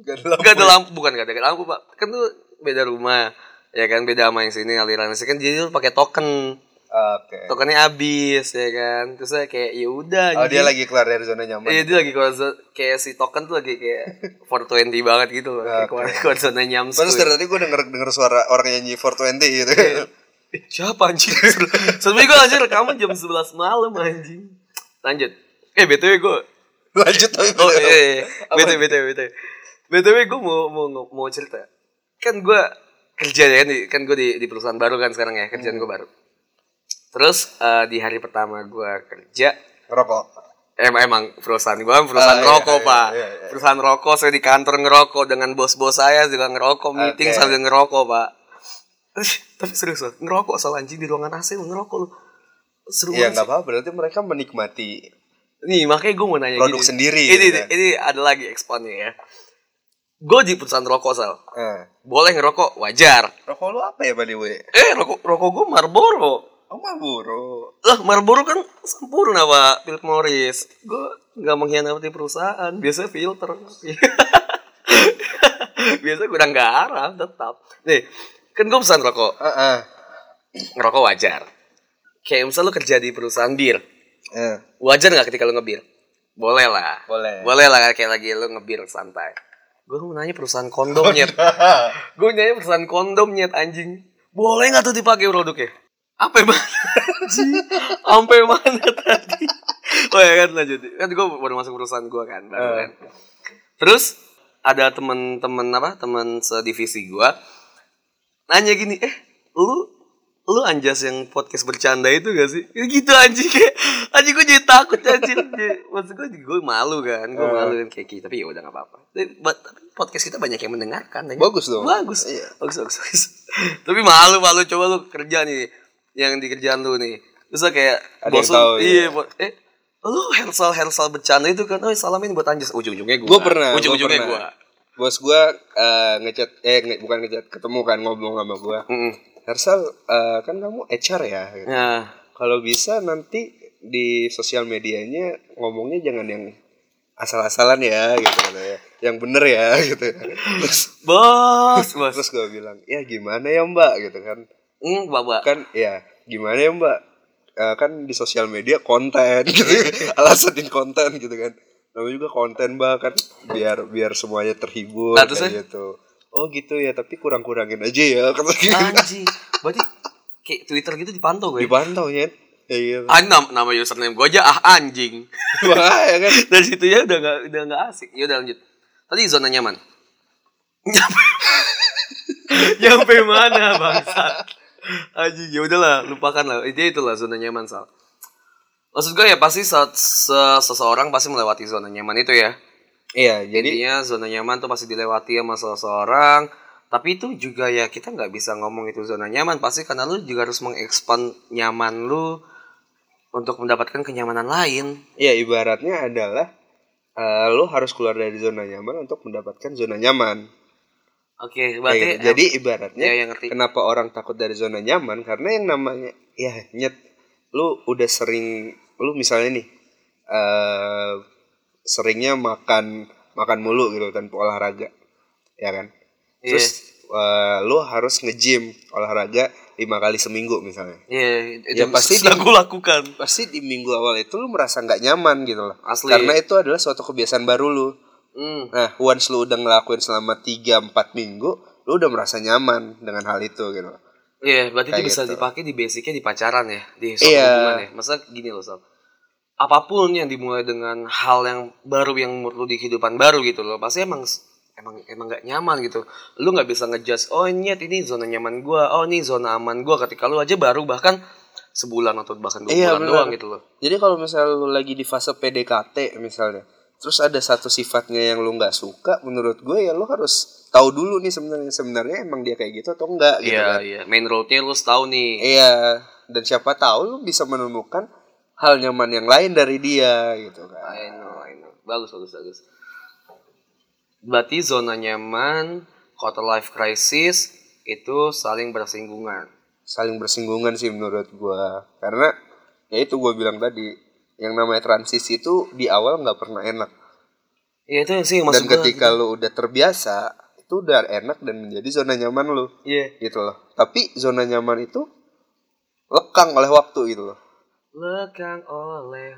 Speaker 3: nggak ada lampu
Speaker 2: Gak ada lampu, bukan gak ada lampu pak. Kan tuh beda rumah, ya kan beda sama yang sini aliran sini kan jadi lu pakai token,
Speaker 3: oke
Speaker 2: tokennya habis ya kan. Terus saya kayak ya udah.
Speaker 3: oh
Speaker 2: anjing."
Speaker 3: dia lagi keluar dari zona nyaman
Speaker 2: Iya dia lagi keluar zo- kayak si token tuh lagi kayak 420 banget gitu loh. Kayak keluar keluar zona nyams.
Speaker 3: Terus
Speaker 2: tuh.
Speaker 3: dari tadi gue denger denger suara orang nyanyi 420 gitu.
Speaker 2: Ih, Iya. Eh, Siapa anjing? [LAUGHS] Sebenernya gue anjir rekaman jam 11 malam anjing. Lanjut. Eh btw gue
Speaker 3: Lanjut tapi
Speaker 2: Oh
Speaker 3: belum.
Speaker 2: iya, iya.
Speaker 3: Apa?
Speaker 2: BTW, BTW, BTW. BTW gue mau, mau, mau cerita. Kan gue kerja ya, kan, di- kan gue di, di perusahaan baru kan sekarang ya, kerjaan gue baru. Terus eh, di hari pertama gue kerja,
Speaker 3: Rokok.
Speaker 2: em emang perusahaan gue perusahaan
Speaker 3: Ah, iya,
Speaker 2: rokok
Speaker 3: iya,
Speaker 2: pak.
Speaker 3: iya, iya.
Speaker 2: Perusahaan rokok, saya di kantor ngerokok dengan bos-bos saya juga ngerokok, meeting
Speaker 3: Oke.
Speaker 2: sambil ngerokok pak. Tapi serius loh, ngerokok soal anjing di ruangan AC lu ngerokok lu. Seru
Speaker 3: Iya
Speaker 2: banget
Speaker 3: nggak apa-apa berarti mereka menikmati.
Speaker 2: Nih makanya gue mau nanya
Speaker 3: Produk
Speaker 2: gini.
Speaker 3: sendiri,
Speaker 2: Ini,
Speaker 3: gitu
Speaker 2: ini,
Speaker 3: kan.
Speaker 2: ini ada lagi ekspannya ya. Gue di perusahaan rokok sal.
Speaker 3: Eh.
Speaker 2: Boleh ngerokok wajar.
Speaker 3: Rokok lu apa ya by the way?
Speaker 2: Eh rokok rokok gue Marlboro.
Speaker 3: Oh Marlboro.
Speaker 2: Lah Marlboro kan sempurna pak Philip Morris. Gue nggak mengkhianati perusahaan. Biasa filter. [LAUGHS] Biasa kurang garam tetap. Nih kan gue pesan rokok.
Speaker 3: Ah ah.
Speaker 2: Ngerokok wajar. Kayak misalnya lu kerja di perusahaan bir.
Speaker 3: [LAUGHS] Eh.
Speaker 2: Wajar nggak ketika lu ngebir? Boleh lah.
Speaker 3: Boleh.
Speaker 2: Boleh lah kayak lagi lu ngebir santai. Gue mau nanya perusahaan kondom nyet. Gue nanya perusahaan kondom nyet anjing. Boleh nggak tuh dipakai produknya? Sampai mana? anjing? Sampai mana tadi? Oh ya kan lanjut. Kan gue baru masuk perusahaan gue kan. baru
Speaker 3: Eh.
Speaker 2: kan. Terus ada temen-temen apa? Temen sedivisi gue. Nanya gini, eh lu lu anjas yang podcast bercanda itu gak sih? Ya Gitu anjing kayak anjing gue jadi takut anjing. Jadi, Maksud gue gue malu kan, gue
Speaker 3: Eh.
Speaker 2: malu kan kayak gitu. Tapi ya udah gak apa-apa. Tapi, but- tapi podcast kita banyak yang mendengarkan. Tanya.
Speaker 3: Bagus dong.
Speaker 2: Bagus.
Speaker 3: Iya.
Speaker 2: Bagus, bagus, bagus. [LAUGHS] Tapi malu malu coba lu kerja nih yang di kerjaan lu nih. Terus lu kayak
Speaker 3: Ada
Speaker 2: bos
Speaker 3: yang
Speaker 2: lu,
Speaker 3: tahu,
Speaker 2: iya, bo- eh lu hersal hersal bercanda itu kan, oh salamin buat anjas. Ujung-ujungnya gua.
Speaker 3: Gue pernah.
Speaker 2: Ujung-ujungnya
Speaker 3: gua
Speaker 2: gua.
Speaker 3: pernah. Bos gue eh ngechat eh nge- bukan ngechat ketemu kan ngobrol sama gue.
Speaker 2: Mm-mm.
Speaker 3: Hersal eh, kan kamu HR ya. Gitu.
Speaker 2: Nah,
Speaker 3: Kalau bisa nanti di sosial medianya ngomongnya jangan yang asal-asalan ya gitu kan ya. Yang bener ya [LAUGHS] gitu. Terus,
Speaker 2: bos, bos.
Speaker 3: terus gue bilang, "Ya gimana ya, Mbak?" gitu kan.
Speaker 2: Hmm, bapak.
Speaker 3: Kan ya, gimana ya, Mbak? Eh, kan di sosial media konten gitu. Alasanin konten gitu kan. Namanya juga konten, Mbak, kan biar biar semuanya terhibur
Speaker 2: Nah, terus
Speaker 3: kayak gitu. oh gitu ya tapi kurang-kurangin aja ya kata gitu.
Speaker 2: Anji, berarti kayak Twitter gitu dipantau gue.
Speaker 3: dipantau ya ya iya
Speaker 2: Ah, nama, nama username gue aja ah anjing.
Speaker 3: bahaya kan
Speaker 2: [LAUGHS] Dari situ ya udah nggak udah nggak asik. Ya udah lanjut. Tadi zona nyaman. Nyampe, [LAUGHS] nyampe mana bangsa? Anjing ya udahlah lupakan lah. Itu itulah zona nyaman sal. Maksud gue ya pasti saat se- seseorang pasti melewati zona nyaman itu ya.
Speaker 3: iya jadi
Speaker 2: Intinya zona nyaman tuh pasti dilewati sama seseorang. Tapi itu juga ya kita nggak bisa ngomong itu zona nyaman pasti karena lu juga harus mengekspan nyaman lu untuk mendapatkan kenyamanan lain.
Speaker 3: ya ibaratnya adalah eh, lo harus keluar dari zona nyaman untuk mendapatkan zona nyaman
Speaker 2: Oke,
Speaker 3: Ya
Speaker 2: berarti
Speaker 3: gitu. jadi ibaratnya
Speaker 2: ya, ya, ngerti.
Speaker 3: kenapa orang takut dari zona nyaman karena yang namanya ya nyet lu udah sering lu misalnya nih eh seringnya makan makan mulu gitu tanpa olahraga ya kan
Speaker 2: Iya.
Speaker 3: terus eh, lu harus nge-gym olahraga lima kali seminggu misalnya
Speaker 2: Iya, itu
Speaker 3: Ya, pasti
Speaker 2: sudah
Speaker 3: di-
Speaker 2: gue lakukan.
Speaker 3: pasti di minggu awal itu lu merasa nggak nyaman gitu loh
Speaker 2: Asli.
Speaker 3: karena itu adalah suatu kebiasaan baru lu
Speaker 2: Hmm.
Speaker 3: nah once lu udah ngelakuin selama 3-4 minggu lu udah merasa nyaman dengan hal itu gitu loh
Speaker 2: Iya, berarti itu
Speaker 3: Kayak
Speaker 2: bisa
Speaker 3: gitu.
Speaker 2: dipakai di basicnya di pacaran ya, di suatu
Speaker 3: Iya.
Speaker 2: hubungan ya. Masa gini loh, Sob. Apapun yang dimulai dengan hal yang baru yang menurut lu di kehidupan baru gitu loh, pasti emang emang emang nggak nyaman gitu. Lu nggak bisa ngejudge, oh nyet ini zona nyaman gua, oh ini zona aman gua ketika lu aja baru bahkan sebulan atau bahkan dua
Speaker 3: Iya,
Speaker 2: bulan
Speaker 3: benar.
Speaker 2: doang gitu loh.
Speaker 3: Jadi kalau misalnya lu lagi di fase PDKT misalnya, terus ada satu sifatnya yang lu nggak suka, menurut gue ya lu harus tahu dulu nih sebenarnya sebenarnya emang dia kayak gitu atau enggak gitu
Speaker 2: Iya,
Speaker 3: kan.
Speaker 2: iya. Main roadnya lu setahun nih.
Speaker 3: Iya, dan siapa tahu lu bisa menemukan hal nyaman yang lain dari dia gitu kan.
Speaker 2: I know, I know. Bagus, bagus, bagus. Berarti zona nyaman, quarter life crisis itu saling bersinggungan.
Speaker 3: Saling bersinggungan sih menurut gue. Karena ya itu gue bilang tadi, yang namanya transisi itu di awal nggak pernah enak.
Speaker 2: Iya itu sih yang
Speaker 3: Dan
Speaker 2: maksud gua. gitu.
Speaker 3: ketika lu udah terbiasa, itu udah enak dan menjadi zona nyaman lu.
Speaker 2: Iya.
Speaker 3: gitu loh. Tapi zona nyaman itu lekang oleh waktu gitu loh.
Speaker 2: Lekang oleh.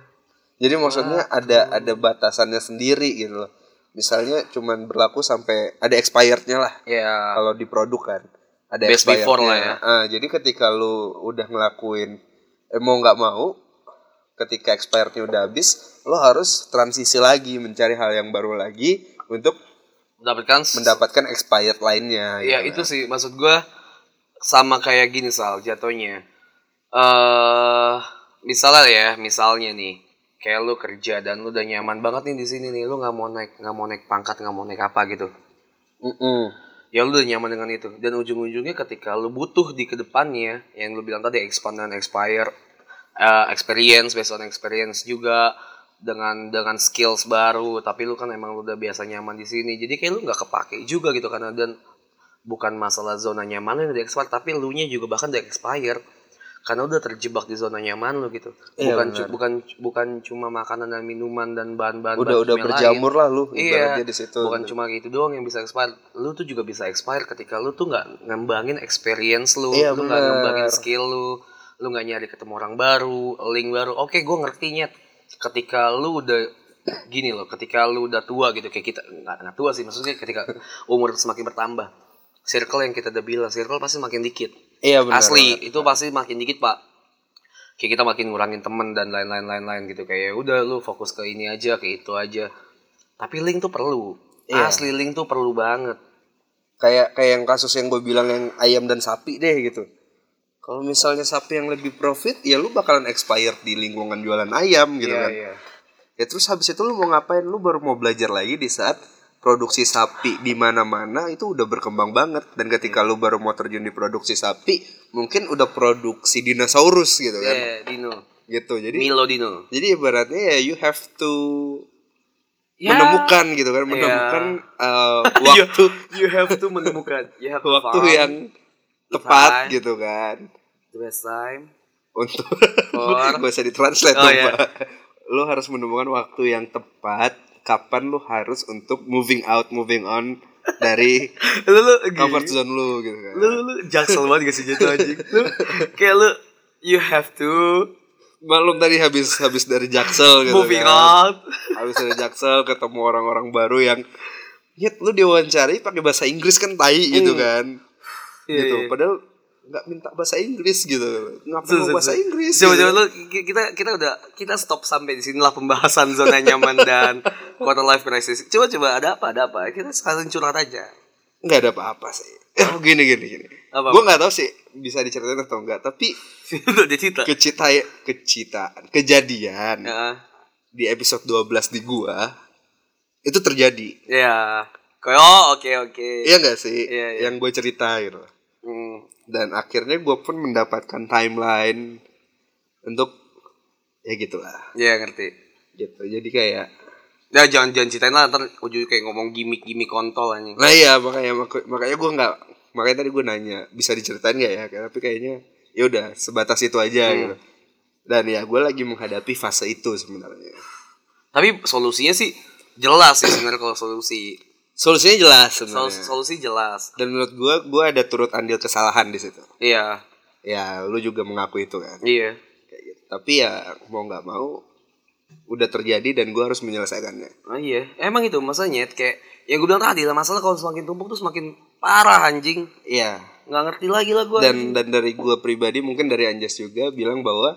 Speaker 3: Jadi maksudnya
Speaker 2: Ah,
Speaker 3: ada ada batasannya sendiri gitu loh. Misalnya cuman berlaku sampai ada expirednya lah
Speaker 2: Ya.
Speaker 3: kalau di produk kan. Ada
Speaker 2: Best
Speaker 3: expirednya.
Speaker 2: before lah ya.
Speaker 3: Ah, jadi ketika lu udah ngelakuin eh, mau nggak mau ketika expirednya udah habis, lo harus transisi lagi mencari hal yang baru lagi untuk
Speaker 2: Mendapatkan.
Speaker 3: mendapatkan expired lainnya.
Speaker 2: ya itu
Speaker 3: gitu kan.
Speaker 2: sih maksud gua sama kayak gini sal jatuhnya. Eh misalnya ya misalnya nih kayak lu kerja dan lu udah nyaman banget nih di sini nih lu nggak mau naik nggak mau naik pangkat nggak mau naik apa gitu
Speaker 3: Mm-mm.
Speaker 2: ya lu udah nyaman dengan itu dan ujung-ujungnya ketika lu butuh di kedepannya yang lu bilang tadi expand dan expire eh, experience based on experience juga dengan dengan skills baru tapi lu kan emang udah biasa nyaman di sini jadi kayak lu nggak kepake juga gitu karena dan bukan masalah zona nyaman lu yang udah expire tapi lu nya juga bahkan udah expire karena udah terjebak di zona nyaman lu gitu
Speaker 3: Iya,
Speaker 2: bukan cu-
Speaker 3: benar.
Speaker 2: bukan bukan cuma makanan dan minuman dan bahan-bahan
Speaker 3: Udah udah
Speaker 2: kimia lain.
Speaker 3: berjamur lah lu
Speaker 2: Iya,
Speaker 3: ibaratnya di situ.
Speaker 2: bukan cuma gitu doang yang bisa expire. Lu tuh juga bisa expire ketika lu tuh nggak ngembangin experience lu,
Speaker 3: Iya,
Speaker 2: lu nggak
Speaker 3: bener.
Speaker 2: ngembangin skill lu, lu nggak nyari ketemu orang baru, link baru. Oke, gue ngerti nyet. Ketika lu udah gini loh, ketika lu udah tua gitu kayak kita nggak nggak tua sih, maksudnya ketika umur semakin bertambah, circle yang kita udah bilang, circle pasti makin dikit.
Speaker 3: Iya benar.
Speaker 2: Asli, itu pasti makin dikit pak. Kayak kita makin ngurangin temen dan lain-lain lain-lain gitu kayak "Ya udah lu fokus ke ini aja ke itu aja. Tapi link tuh perlu.
Speaker 3: Iya.
Speaker 2: Asli link tuh perlu banget.
Speaker 3: kayak kayak yang kasus yang gue bilang yang ayam dan sapi deh gitu kalau misalnya sapi yang lebih profit ya lu bakalan expired di lingkungan jualan ayam
Speaker 2: Iya,
Speaker 3: gitu kan ya terus habis itu lu mau ngapain lu baru mau belajar lagi di saat produksi sapi di mana-mana itu udah berkembang banget dan ketika lu baru mau terjun di produksi sapi mungkin udah produksi dinosaurus gitu
Speaker 2: Iya,
Speaker 3: kan
Speaker 2: Dino.
Speaker 3: gitu jadi
Speaker 2: Milo Dino.
Speaker 3: jadi ibaratnya ya you have to
Speaker 2: Ya.
Speaker 3: menemukan gitu kan menemukan eh, waktu
Speaker 2: [LAUGHS] You have to menemukan. You have to
Speaker 3: waktu
Speaker 2: find
Speaker 3: yang tepat gitu kan
Speaker 2: the best time.
Speaker 3: untuk [LAUGHS]
Speaker 2: For-
Speaker 3: gue usah ditranslate
Speaker 2: Oh,
Speaker 3: dong,
Speaker 2: iya.
Speaker 3: Pak. Lu harus menemukan waktu yang tepat kapan lu harus untuk moving out, moving on dari
Speaker 2: [LAUGHS] Lu lu [LAUGHS]
Speaker 3: comfort zone lu gitu kan.
Speaker 2: lu, lu jaksel banget gak sih gitu [LAUGHS] anjing. Lu kayak lu you have to
Speaker 3: Malum tadi habis habis dari Jaksel gitu
Speaker 2: moving on.
Speaker 3: kan. Habis dari Jaksel ketemu orang-orang baru yang Nyet, lu diwawancari pakai bahasa Inggris kan tai gitu
Speaker 2: Hmm.
Speaker 3: kan.
Speaker 2: Iya,
Speaker 3: gitu.
Speaker 2: iya.
Speaker 3: Padahal nggak minta bahasa Inggris gitu. Ngapain
Speaker 2: Su-
Speaker 3: mau
Speaker 2: su-
Speaker 3: bahasa
Speaker 2: su-
Speaker 3: Inggris?
Speaker 2: Coba coba
Speaker 3: gitu.
Speaker 2: lu ki- kita kita udah kita stop sampai di sinilah pembahasan zona nyaman
Speaker 3: [LAUGHS]
Speaker 2: dan quarter life crisis. Coba coba ada apa ada apa? Kita sekalian curhat aja. [LAUGHS]
Speaker 3: nggak ada apa-apa sih. Eh, gini gini gini.
Speaker 2: Apa?
Speaker 3: Gue nggak tahu sih bisa diceritain atau enggak, tapi
Speaker 2: udah cerita.
Speaker 3: kecita kecitaan kejadian
Speaker 2: Ya.
Speaker 3: di episode 12 di gua itu terjadi.
Speaker 2: Ya. Kayak oh, oke oke.
Speaker 3: Iya nggak sih?
Speaker 2: Iya, iya.
Speaker 3: Yang gue cerita gitu.
Speaker 2: Hmm.
Speaker 3: Dan akhirnya gue pun mendapatkan timeline untuk ya gitulah.
Speaker 2: Iya ngerti.
Speaker 3: Gitu. Jadi kayak
Speaker 2: Ya jangan jangan ceritain lah ntar ujung kayak ngomong gimmick-gimmick kontol anjing.
Speaker 3: Nah iya makanya mak- makanya gue nggak makanya tadi gue nanya bisa diceritain nggak ya tapi kayaknya ya udah sebatas itu aja
Speaker 2: Hmm.
Speaker 3: gitu. Dan ya gue lagi menghadapi fase itu sebenarnya.
Speaker 2: Tapi solusinya sih jelas sih sebenarnya kalau solusi.
Speaker 3: Solusinya jelas
Speaker 2: Sol-
Speaker 3: sebenarnya.
Speaker 2: solusi jelas.
Speaker 3: Dan menurut gue gue ada turut andil kesalahan di situ.
Speaker 2: Iya.
Speaker 3: Ya lu juga mengaku itu kan.
Speaker 2: Iya.
Speaker 3: Kayak gitu. Tapi ya mau nggak mau udah terjadi dan gue harus menyelesaikannya.
Speaker 2: Oh iya, emang itu masanya kayak yang gue bilang tadi lah masalah kalau semakin tumpuk tuh semakin parah anjing.
Speaker 3: Iya.
Speaker 2: Nggak ngerti lagi lah gue.
Speaker 3: Dan dan dari gue pribadi mungkin dari Anjas juga bilang bahwa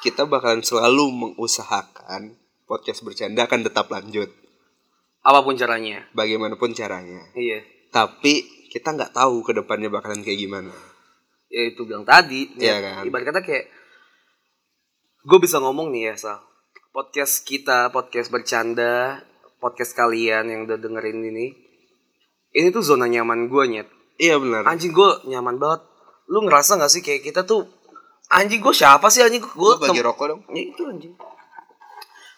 Speaker 3: kita bakalan selalu mengusahakan podcast bercanda akan tetap lanjut
Speaker 2: apapun caranya.
Speaker 3: bagaimanapun caranya.
Speaker 2: Iya.
Speaker 3: Tapi kita nggak tahu ke depannya bakalan kayak gimana.
Speaker 2: Ya itu bilang tadi. Ya,
Speaker 3: Iya kan.
Speaker 2: Ibarat kata kayak gue bisa ngomong nih ya Sal. Podcast kita, podcast bercanda, podcast kalian yang udah dengerin ini. Ini tuh zona nyaman gue nyet.
Speaker 3: Iya benar.
Speaker 2: Anjing gue nyaman banget. Lu ngerasa gak sih kayak kita tuh anjing gue siapa sih anjing gue
Speaker 3: Lu bagi rokok dong.
Speaker 2: Ya itu anjing.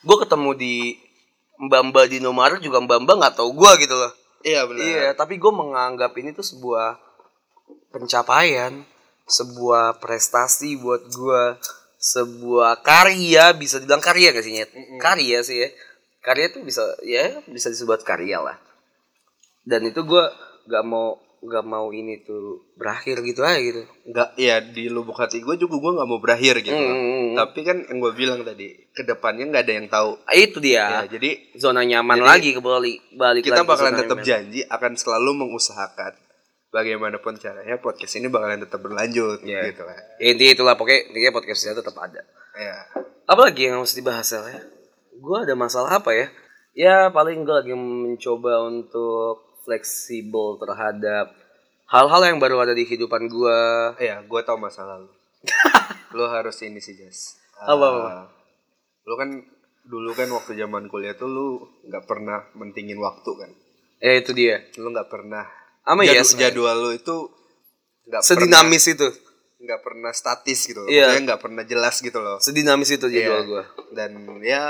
Speaker 2: Gue ketemu di Mbamba di Nomaret juga Mbamba nggak tahu gue gitu loh.
Speaker 3: Iya benar.
Speaker 2: Iya, tapi gue menganggap ini tuh sebuah pencapaian, sebuah prestasi buat gue, sebuah karya bisa dibilang karya gak sih Nyet? Karya sih ya, karya tuh bisa ya bisa disebut karya lah. Dan itu gue gak mau gak mau ini tuh berakhir gitu aja gitu.
Speaker 3: Nggak, ya di lubuk hati gue juga gue nggak mau berakhir gitu.
Speaker 2: Hmm, hmm, hmm.
Speaker 3: Tapi kan yang gue bilang tadi ke depannya nggak ada yang tahu.
Speaker 2: Ah, Itu dia
Speaker 3: Ya, jadi
Speaker 2: zona nyaman
Speaker 3: Jadi,
Speaker 2: lagi kembali balik
Speaker 3: kita
Speaker 2: lagi ke
Speaker 3: bakalan
Speaker 2: zona
Speaker 3: tetap
Speaker 2: nyaman.
Speaker 3: janji akan selalu mengusahakan bagaimanapun caranya podcast ini bakalan tetap berlanjut
Speaker 2: Iya.
Speaker 3: gitu kan.
Speaker 2: Ya, intinya itulah pokoknya intinya podcast kita tetap ada
Speaker 3: Ya.
Speaker 2: apalagi yang harus dibahas Sel, ya gue ada masalah apa ya ya paling gue lagi mencoba untuk fleksibel terhadap hal-hal yang baru ada di kehidupan gue
Speaker 3: Ya, gue tau masa
Speaker 2: [LAUGHS]
Speaker 3: lalu. lo harus ini sih, Jas.
Speaker 2: Apa, apa, apa?
Speaker 3: Ah, Lo kan dulu kan waktu zaman kuliah tuh lu nggak pernah mentingin waktu kan.
Speaker 2: ya itu dia
Speaker 3: Lu nggak pernah.
Speaker 2: Ama
Speaker 3: jadu-
Speaker 2: ya, sebenarnya.
Speaker 3: jadwal lu itu nggak pernah
Speaker 2: sedinamis itu
Speaker 3: nggak pernah statis gitu loh.
Speaker 2: Iya.
Speaker 3: Maksudnya nggak pernah jelas gitu loh.
Speaker 2: sedinamis itu jadwal
Speaker 3: Iya.
Speaker 2: gue
Speaker 3: Dan ya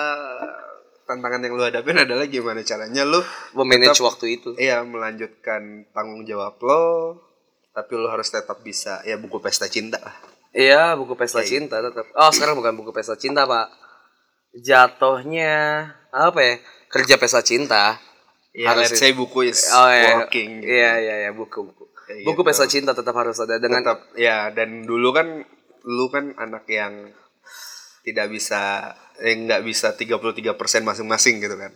Speaker 3: tantangan yang lu hadapin adalah gimana caranya lu
Speaker 2: memanage
Speaker 3: Tetap-
Speaker 2: waktu itu
Speaker 3: Iya melanjutkan tanggung jawab lo, tapi lo harus tetap bisa ya buku pesta cinta lah.
Speaker 2: Iya, buku pesta
Speaker 3: Kayak
Speaker 2: cinta tetap. Oh, sekarang bukan buku pesta cinta, Pak. Jatuhnya apa ya? Kerja pesta cinta.
Speaker 3: Ya,
Speaker 2: Harus itu.
Speaker 3: let's say buku is
Speaker 2: Oh iya.
Speaker 3: working. gitu.
Speaker 2: Iya, iya, iya, buku buku.
Speaker 3: Kayak
Speaker 2: buku
Speaker 3: gitu.
Speaker 2: pesta cinta tetap harus ada dengan
Speaker 3: Tetap ya dan dulu kan lu kan anak yang tidak bisa eh, nggak bisa 33% masing-masing gitu kan.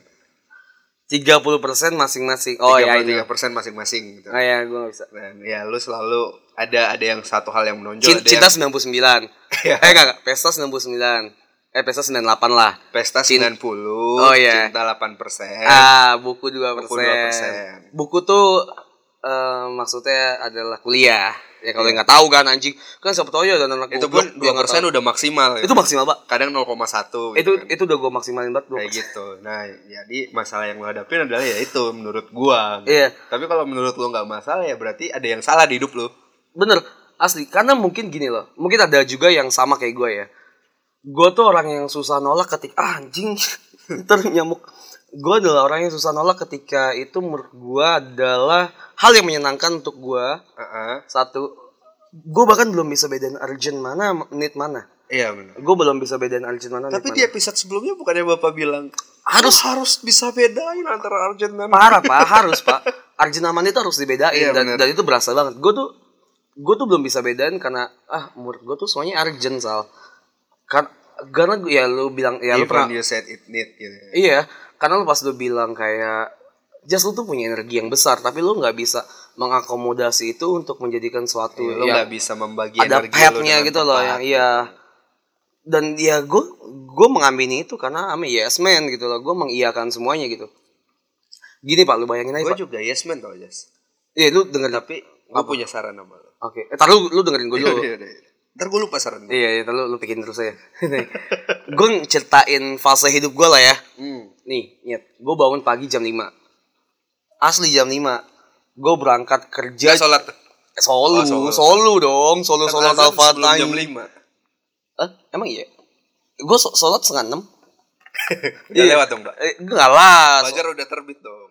Speaker 2: 30% masing-masing. Oh iya, ini.
Speaker 3: 33% masing-masing gitu.
Speaker 2: Oh iya, gua nggak bisa.
Speaker 3: Dan ya lu selalu ada ada yang satu hal yang menonjol
Speaker 2: Cin- Cinta
Speaker 3: ada yang
Speaker 2: 99.
Speaker 3: Iya.
Speaker 2: eh, enggak, enggak. Pesta 99. Eh, pesta 98 lah.
Speaker 3: pesta
Speaker 2: Cin-
Speaker 3: 90,
Speaker 2: Oh, iya.
Speaker 3: cinta 8%.
Speaker 2: Ah, buku 2%. Buku,
Speaker 3: Eh, Buku 2%.
Speaker 2: tuh eh, maksudnya adalah kuliah. Ya kalau yang nggak tahu kan anjing, kan siapa tahu ya dan anak
Speaker 3: Iya. itu pun
Speaker 2: goblok, dia nggak
Speaker 3: 2%
Speaker 2: tahu.
Speaker 3: udah maksimal. gitu.
Speaker 2: Itu maksimal, Pak.
Speaker 3: kadang 0,1
Speaker 2: Itu
Speaker 3: gitu kan.
Speaker 2: itu udah gue maksimalin banget
Speaker 3: kayak
Speaker 2: 2%.
Speaker 3: gitu nah jadi masalah yang lo hadapin adalah ya itu menurut gua
Speaker 2: Iya.
Speaker 3: tapi kalau menurut lo nggak masalah ya berarti ada yang salah di hidup lo
Speaker 2: Bener, asli. Karena mungkin gini loh, mungkin ada juga yang sama kayak gue ya. Gue tuh orang yang susah nolak ketika ah, anjing [LAUGHS] ntar nyamuk. Gue adalah orang yang susah nolak ketika itu menurut gue adalah hal yang menyenangkan untuk gue.
Speaker 3: Heeh.
Speaker 2: Satu, gue bahkan belum bisa bedain urgent mana, menit mana.
Speaker 3: iya benar
Speaker 2: Gue belum bisa bedain urgent mana.
Speaker 3: tapi di
Speaker 2: menit
Speaker 3: episode sebelumnya bukannya bapak bilang
Speaker 2: mana. harus
Speaker 3: "Lo harus bisa bedain antara Arjen dan
Speaker 2: parah pak harus pak Arjuna Mani itu harus dibedain
Speaker 3: kan Iya,
Speaker 2: dan,
Speaker 3: bener.
Speaker 2: dan itu berasa banget gue tuh gue tuh belum bisa bedain karena ah menurut gue tuh semuanya Arjen sal kan karena
Speaker 3: Iya,
Speaker 2: gua- ya lu bilang ya lu
Speaker 3: Even
Speaker 2: pernah
Speaker 3: you said it need gitu
Speaker 2: iya karena lu pas lu bilang kayak just lu tuh punya energi yang besar tapi lu nggak bisa mengakomodasi itu untuk menjadikan suatu ya,
Speaker 3: Iya, lo
Speaker 2: yang
Speaker 3: nggak bisa membagi
Speaker 2: ada
Speaker 3: energi lo
Speaker 2: pepnya
Speaker 3: Iya, dengan
Speaker 2: gitu loh
Speaker 3: tepat.
Speaker 2: yang iya dan ya gue gue mengamini itu karena I'm a yes man gitu loh gue mengiyakan semuanya gitu gini pak lu bayangin aja
Speaker 3: gue
Speaker 2: pak
Speaker 3: juga yes man tau Jas
Speaker 2: Iya, lu dengerin oke
Speaker 3: tapi gue punya Iya, saran sama lo
Speaker 2: eh, tar lu, lu dengerin gue dulu
Speaker 3: Yaudah, yaudah, yaudah. ntar gue lupa saran gue
Speaker 2: iya iya tar lu, lu pikirin terus aja [LAUGHS] gue ceritain fase hidup gue lah ya
Speaker 3: hmm.
Speaker 2: nih nyet gue bangun pagi jam 5 asli jam 5 gue berangkat kerja
Speaker 3: Dia sholat
Speaker 2: solo,
Speaker 3: Oh, solo.
Speaker 2: solo dong solo solo
Speaker 3: Azan
Speaker 2: talfat
Speaker 3: sebelum jam lima
Speaker 2: eh, emang iya gue sholat setengah enam
Speaker 3: Udah
Speaker 2: Iya.
Speaker 3: lewat dong mbak
Speaker 2: eh, enggak lah So-
Speaker 3: Fajar udah terbit dong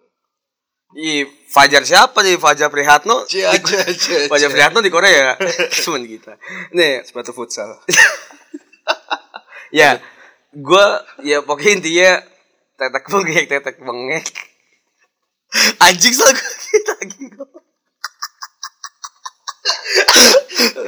Speaker 2: Ih, Fajar siapa nih Fajar Prihatno
Speaker 3: Cia, cia, cia,
Speaker 2: Fajar
Speaker 3: cia.
Speaker 2: Prihatno di
Speaker 3: [LAUGHS]
Speaker 2: Korea cuman kita nih
Speaker 3: Sepatu futsal
Speaker 2: ya gue ya pokoknya intinya tetek bengek tetek bengek anjing soal gitu, gue kita lagi ngomong.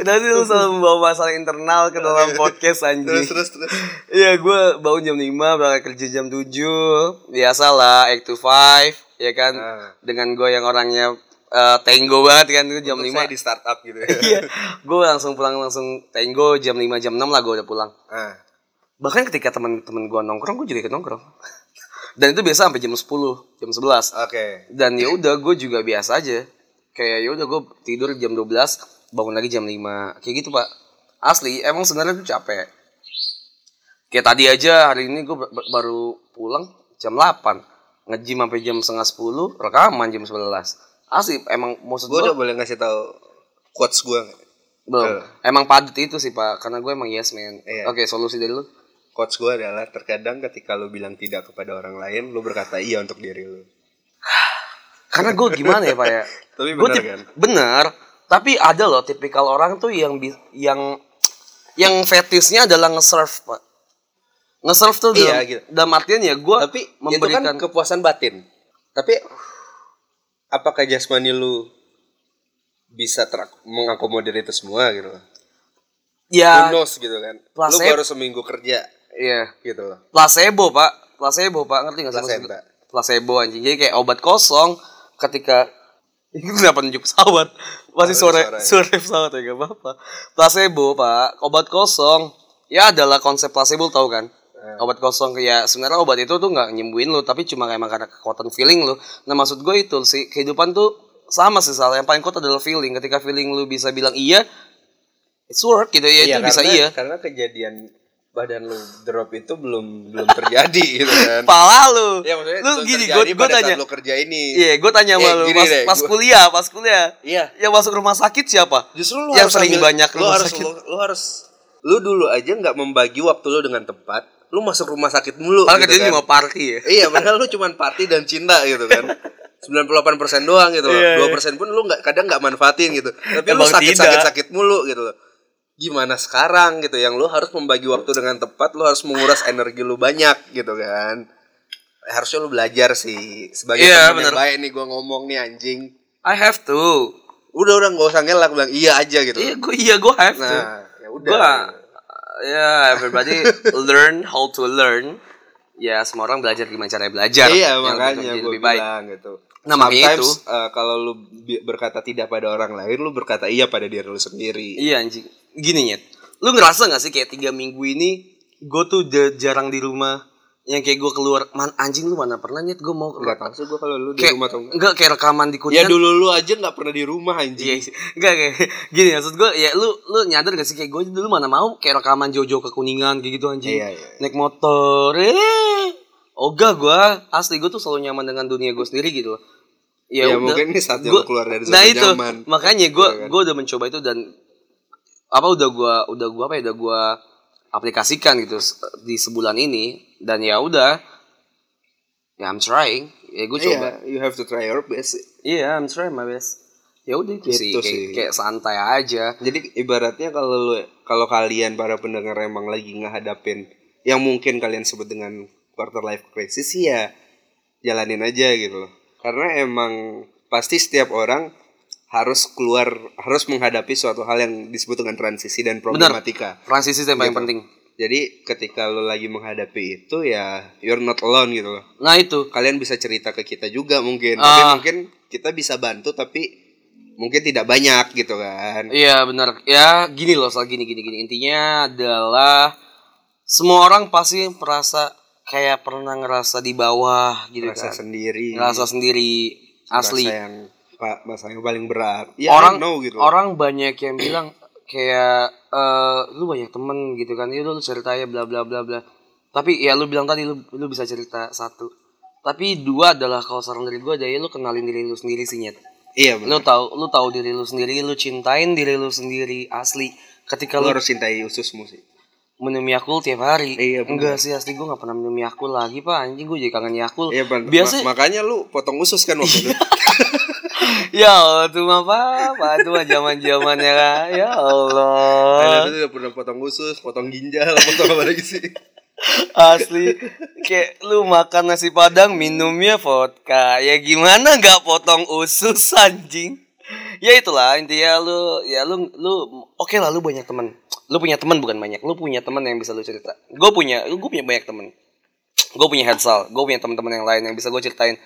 Speaker 2: Nanti lu selalu membawa masalah internal ke dalam podcast
Speaker 3: Terus
Speaker 2: anjing
Speaker 3: terus terus
Speaker 2: Iya gue bangun jam 5 Berangkat kerja jam 7 Biasalah Act to 5 Ya kan
Speaker 3: Ah.
Speaker 2: Dengan gue yang orangnya eh, Tenggo banget kan itu Jam 5
Speaker 3: Untuk saya di startup gitu ya
Speaker 2: [LAUGHS] Iya Gue langsung pulang langsung Tenggo jam 5 jam 6 lah gue udah pulang
Speaker 3: Ah.
Speaker 2: Bahkan ketika teman-teman gue nongkrong Gue juga ikut nongkrong Dan itu biasa sampai jam 10 Jam 11
Speaker 3: Oke
Speaker 2: Dan ya udah gue juga biasa aja Kayak ya udah gue tidur jam 12 Bangun lagi jam 5 Kayak gitu pak Asli emang sebenarnya tuh capek kayak tadi aja hari ini gue baru pulang jam 8 ngejim sampai jam setengah 10 rekaman jam 11 asli emang maksud
Speaker 3: Gue
Speaker 2: gue
Speaker 3: udah boleh ngasih tahu quotes gue
Speaker 2: belum
Speaker 3: Eh.
Speaker 2: emang padat itu sih pak karena gue emang yes man
Speaker 3: Iya.
Speaker 2: oke solusi dari lu
Speaker 3: Quotes gue adalah terkadang ketika lu bilang tidak kepada orang lain, lu berkata iya untuk diri lu.
Speaker 2: karena gue gimana ya pak ya
Speaker 3: [LAUGHS] Tapi
Speaker 2: Gua
Speaker 3: benar
Speaker 2: tip-
Speaker 3: kan?
Speaker 2: bener tapi ada loh tipikal orang tuh yang bi- yang yang fetisnya adalah nge-serve pak nge-serve tuh dalam,
Speaker 3: Iya, gitu.
Speaker 2: dalam artian ya gue
Speaker 3: Tapi itu
Speaker 2: memberikan
Speaker 3: kan kepuasan batin. Tapi apakah jasmani lu bisa terak- mengakomodir itu semua gitu loh. Who
Speaker 2: ya
Speaker 3: knows gitu kan. Lu
Speaker 2: placebo.
Speaker 3: baru seminggu kerja
Speaker 2: iya
Speaker 3: gitu loh.
Speaker 2: placebo pak placebo pak ngerti nggak sih
Speaker 3: Placenta.
Speaker 2: maksud- placebo anjing jadi kayak obat kosong ketika [LAUGHS] itu kenapa nunjuk pesawat masih
Speaker 3: Oh,
Speaker 2: sore
Speaker 3: suara ya.
Speaker 2: sore pesawat ya gak apa-apa placebo pak obat kosong ya adalah konsep placebo tau kan
Speaker 3: Eh.
Speaker 2: obat kosong ya sebenarnya obat itu tuh nggak nyembuhin lo tapi cuma emang karena kekuatan feeling lo nah maksud gue itu sih kehidupan tuh sama sih salah yang paling kuat adalah feeling ketika feeling lu bisa bilang iya it's work gitu ya itu bisa
Speaker 3: karena, kan
Speaker 2: iya
Speaker 3: Karena kejadian badan lu drop itu belum belum terjadi gitu
Speaker 2: [LAUGHS]
Speaker 3: kan.
Speaker 2: pala lu
Speaker 3: Ya maksudnya
Speaker 2: lu
Speaker 3: belum
Speaker 2: gini
Speaker 3: terjadi
Speaker 2: gue gue
Speaker 3: pada saat
Speaker 2: tanya
Speaker 3: lu kerja ini.
Speaker 2: Iya, gue tanya sama
Speaker 3: Eh,
Speaker 2: lu
Speaker 3: gini
Speaker 2: pas,
Speaker 3: deh,
Speaker 2: pas
Speaker 3: gua-
Speaker 2: kuliah, pas kuliah.
Speaker 3: Iya.
Speaker 2: Yang masuk rumah sakit siapa?
Speaker 3: Justru lu
Speaker 2: Yang
Speaker 3: harus
Speaker 2: sering
Speaker 3: ambil-
Speaker 2: banyak
Speaker 3: lu
Speaker 2: rumah
Speaker 3: harus
Speaker 2: sakit.
Speaker 3: lu, lu harus lu dulu aja nggak membagi waktu lu dengan tepat. Lu masuk rumah sakit mulu.
Speaker 2: Padahal
Speaker 3: gitu
Speaker 2: kerjanya
Speaker 3: kan.
Speaker 2: cuma party ya.
Speaker 3: Iya, padahal lu cuman party dan cinta gitu kan. 98% doang gitu loh.
Speaker 2: Iya, iya.
Speaker 3: 2% pun lu nggak kadang nggak manfaatin gitu. Tapi lu
Speaker 2: Emang
Speaker 3: sakit-sakit
Speaker 2: tidak.
Speaker 3: sakit mulu gitu loh. Gimana sekarang gitu yang lu harus membagi waktu dengan tepat, lu harus menguras energi lu banyak gitu kan. Harusnya lu belajar sih sebagai
Speaker 2: Iya,
Speaker 3: teman yang
Speaker 2: bener.
Speaker 3: baik nih gua ngomong nih anjing.
Speaker 2: I have to.
Speaker 3: Udah udah nggak usah ngelak bilang iya aja gitu.
Speaker 2: Iya, gue iya gue have to.
Speaker 3: Nah, ya udah.
Speaker 2: Gue ya
Speaker 3: [LAUGHS]
Speaker 2: everybody learn how to learn. Ya semua orang belajar gimana caranya belajar. Yang
Speaker 3: Iya makanya
Speaker 2: jadi
Speaker 3: gue
Speaker 2: lebih baik.
Speaker 3: bilang gitu.
Speaker 2: Nah, makanya
Speaker 3: Sometimes,
Speaker 2: itu.
Speaker 3: eh, kalau lu bi- berkata tidak pada orang lain, lu berkata iya pada diri lu sendiri.
Speaker 2: Iya anjing. Gini nyet. Lu ngerasa gak sih kayak tiga minggu ini gue tuh ja- jarang di rumah yang kayak gue keluar man anjing lu mana pernah nyet gue mau
Speaker 3: Enggak tahu sih gue kalau lu di
Speaker 2: kayak,
Speaker 3: rumah atau enggak.
Speaker 2: enggak kayak rekaman di
Speaker 3: Ya
Speaker 2: kuningan
Speaker 3: dulu lu aja nggak pernah di rumah anjing.
Speaker 2: Iya sih. Enggak kayak gini maksud gue ya lu lu nyadar gak sih kayak gue dulu mana mau kayak rekaman Jojo ke Kuningan kayak gitu anjing.
Speaker 3: Iya, iya.
Speaker 2: Naik motor. Eh. Ogah gue asli gue tuh selalu nyaman dengan dunia gue sendiri gitu loh.
Speaker 3: Ya,
Speaker 2: udah.
Speaker 3: mungkin ini saatnya
Speaker 2: Gua-
Speaker 3: lu keluar dari zona
Speaker 2: Nah itu
Speaker 3: nyaman.
Speaker 2: makanya gue
Speaker 3: Iya kan?
Speaker 2: gue udah mencoba itu dan apa udah gue udah gue apa ya udah gue aplikasikan gitu se- di sebulan ini dan ya udah ya I'm trying ya gue coba
Speaker 3: Iya, you have to try your best.
Speaker 2: Iya, I'm trying my best. Ya udah itu sih,
Speaker 3: Gitu
Speaker 2: kayak,
Speaker 3: sih.
Speaker 2: kayak santai aja.
Speaker 3: Jadi ibaratnya kalau lu kalau kalian para pendengar emang lagi ngehadapin yang mungkin kalian sebut dengan quarter life crisis sih ya jalanin aja gitu loh. Karena emang pasti setiap orang harus keluar harus menghadapi suatu hal yang disebut dengan transisi dan problematika. Iya.
Speaker 2: Transisi itu yang paling penting.
Speaker 3: Jadi ketika lu lagi menghadapi itu ya you're not alone gitu loh.
Speaker 2: Nah itu.
Speaker 3: Kalian bisa cerita ke kita juga mungkin. Tapi
Speaker 2: Ah.
Speaker 3: mungkin kita bisa bantu tapi mungkin tidak banyak gitu kan.
Speaker 2: Iya benar. Ya gini loh soal gini gini gini. Intinya adalah semua orang pasti merasa kayak pernah ngerasa di bawah gitu
Speaker 3: Rasa
Speaker 2: kan.
Speaker 3: sendiri.
Speaker 2: Ngerasa sendiri asli.
Speaker 3: Rasa yang pak masa yang paling berat. Ya
Speaker 2: orang
Speaker 3: no gitu.
Speaker 2: orang banyak yang bilang kayak eh, lu banyak temen gitu kan ya lu cerita ya bla bla bla bla tapi ya lu bilang tadi lu lu bisa cerita satu tapi dua adalah kalau saran dari gue ya lu kenalin diri lu sendiri sih nyet
Speaker 3: iya benar.
Speaker 2: lu tahu lu tahu diri lu sendiri lu cintain diri lu sendiri asli ketika
Speaker 3: Lu
Speaker 2: lu
Speaker 3: harus cintai ususmu sih.
Speaker 2: minum Yakult tiap hari
Speaker 3: Iya, bener.
Speaker 2: enggak sih asli gue nggak pernah minum Yakult lagi pak anjing gue jadi kangen Yakult
Speaker 3: Iya Ban.
Speaker 2: biasa Iya.
Speaker 3: Ma- makanya lu potong usus kan waktu itu.
Speaker 2: [LAUGHS] ya Allah tuh apa apa tuh zaman zamannya ya Allah
Speaker 3: Ada tuh udah pernah potong usus, potong ginjal, [LAUGHS] potong apa lagi sih?
Speaker 2: Asli Kayak lu makan nasi padang minumnya vodka Ya gimana nggak potong usus anjing Ya itulah intinya lu ya lu lu oke lah lu banyak teman. Lu punya teman bukan banyak. Lu punya teman yang bisa lu cerita. Gue punya gue punya banyak teman. Gue punya headsal, gue punya teman-teman yang lain yang bisa gue ceritain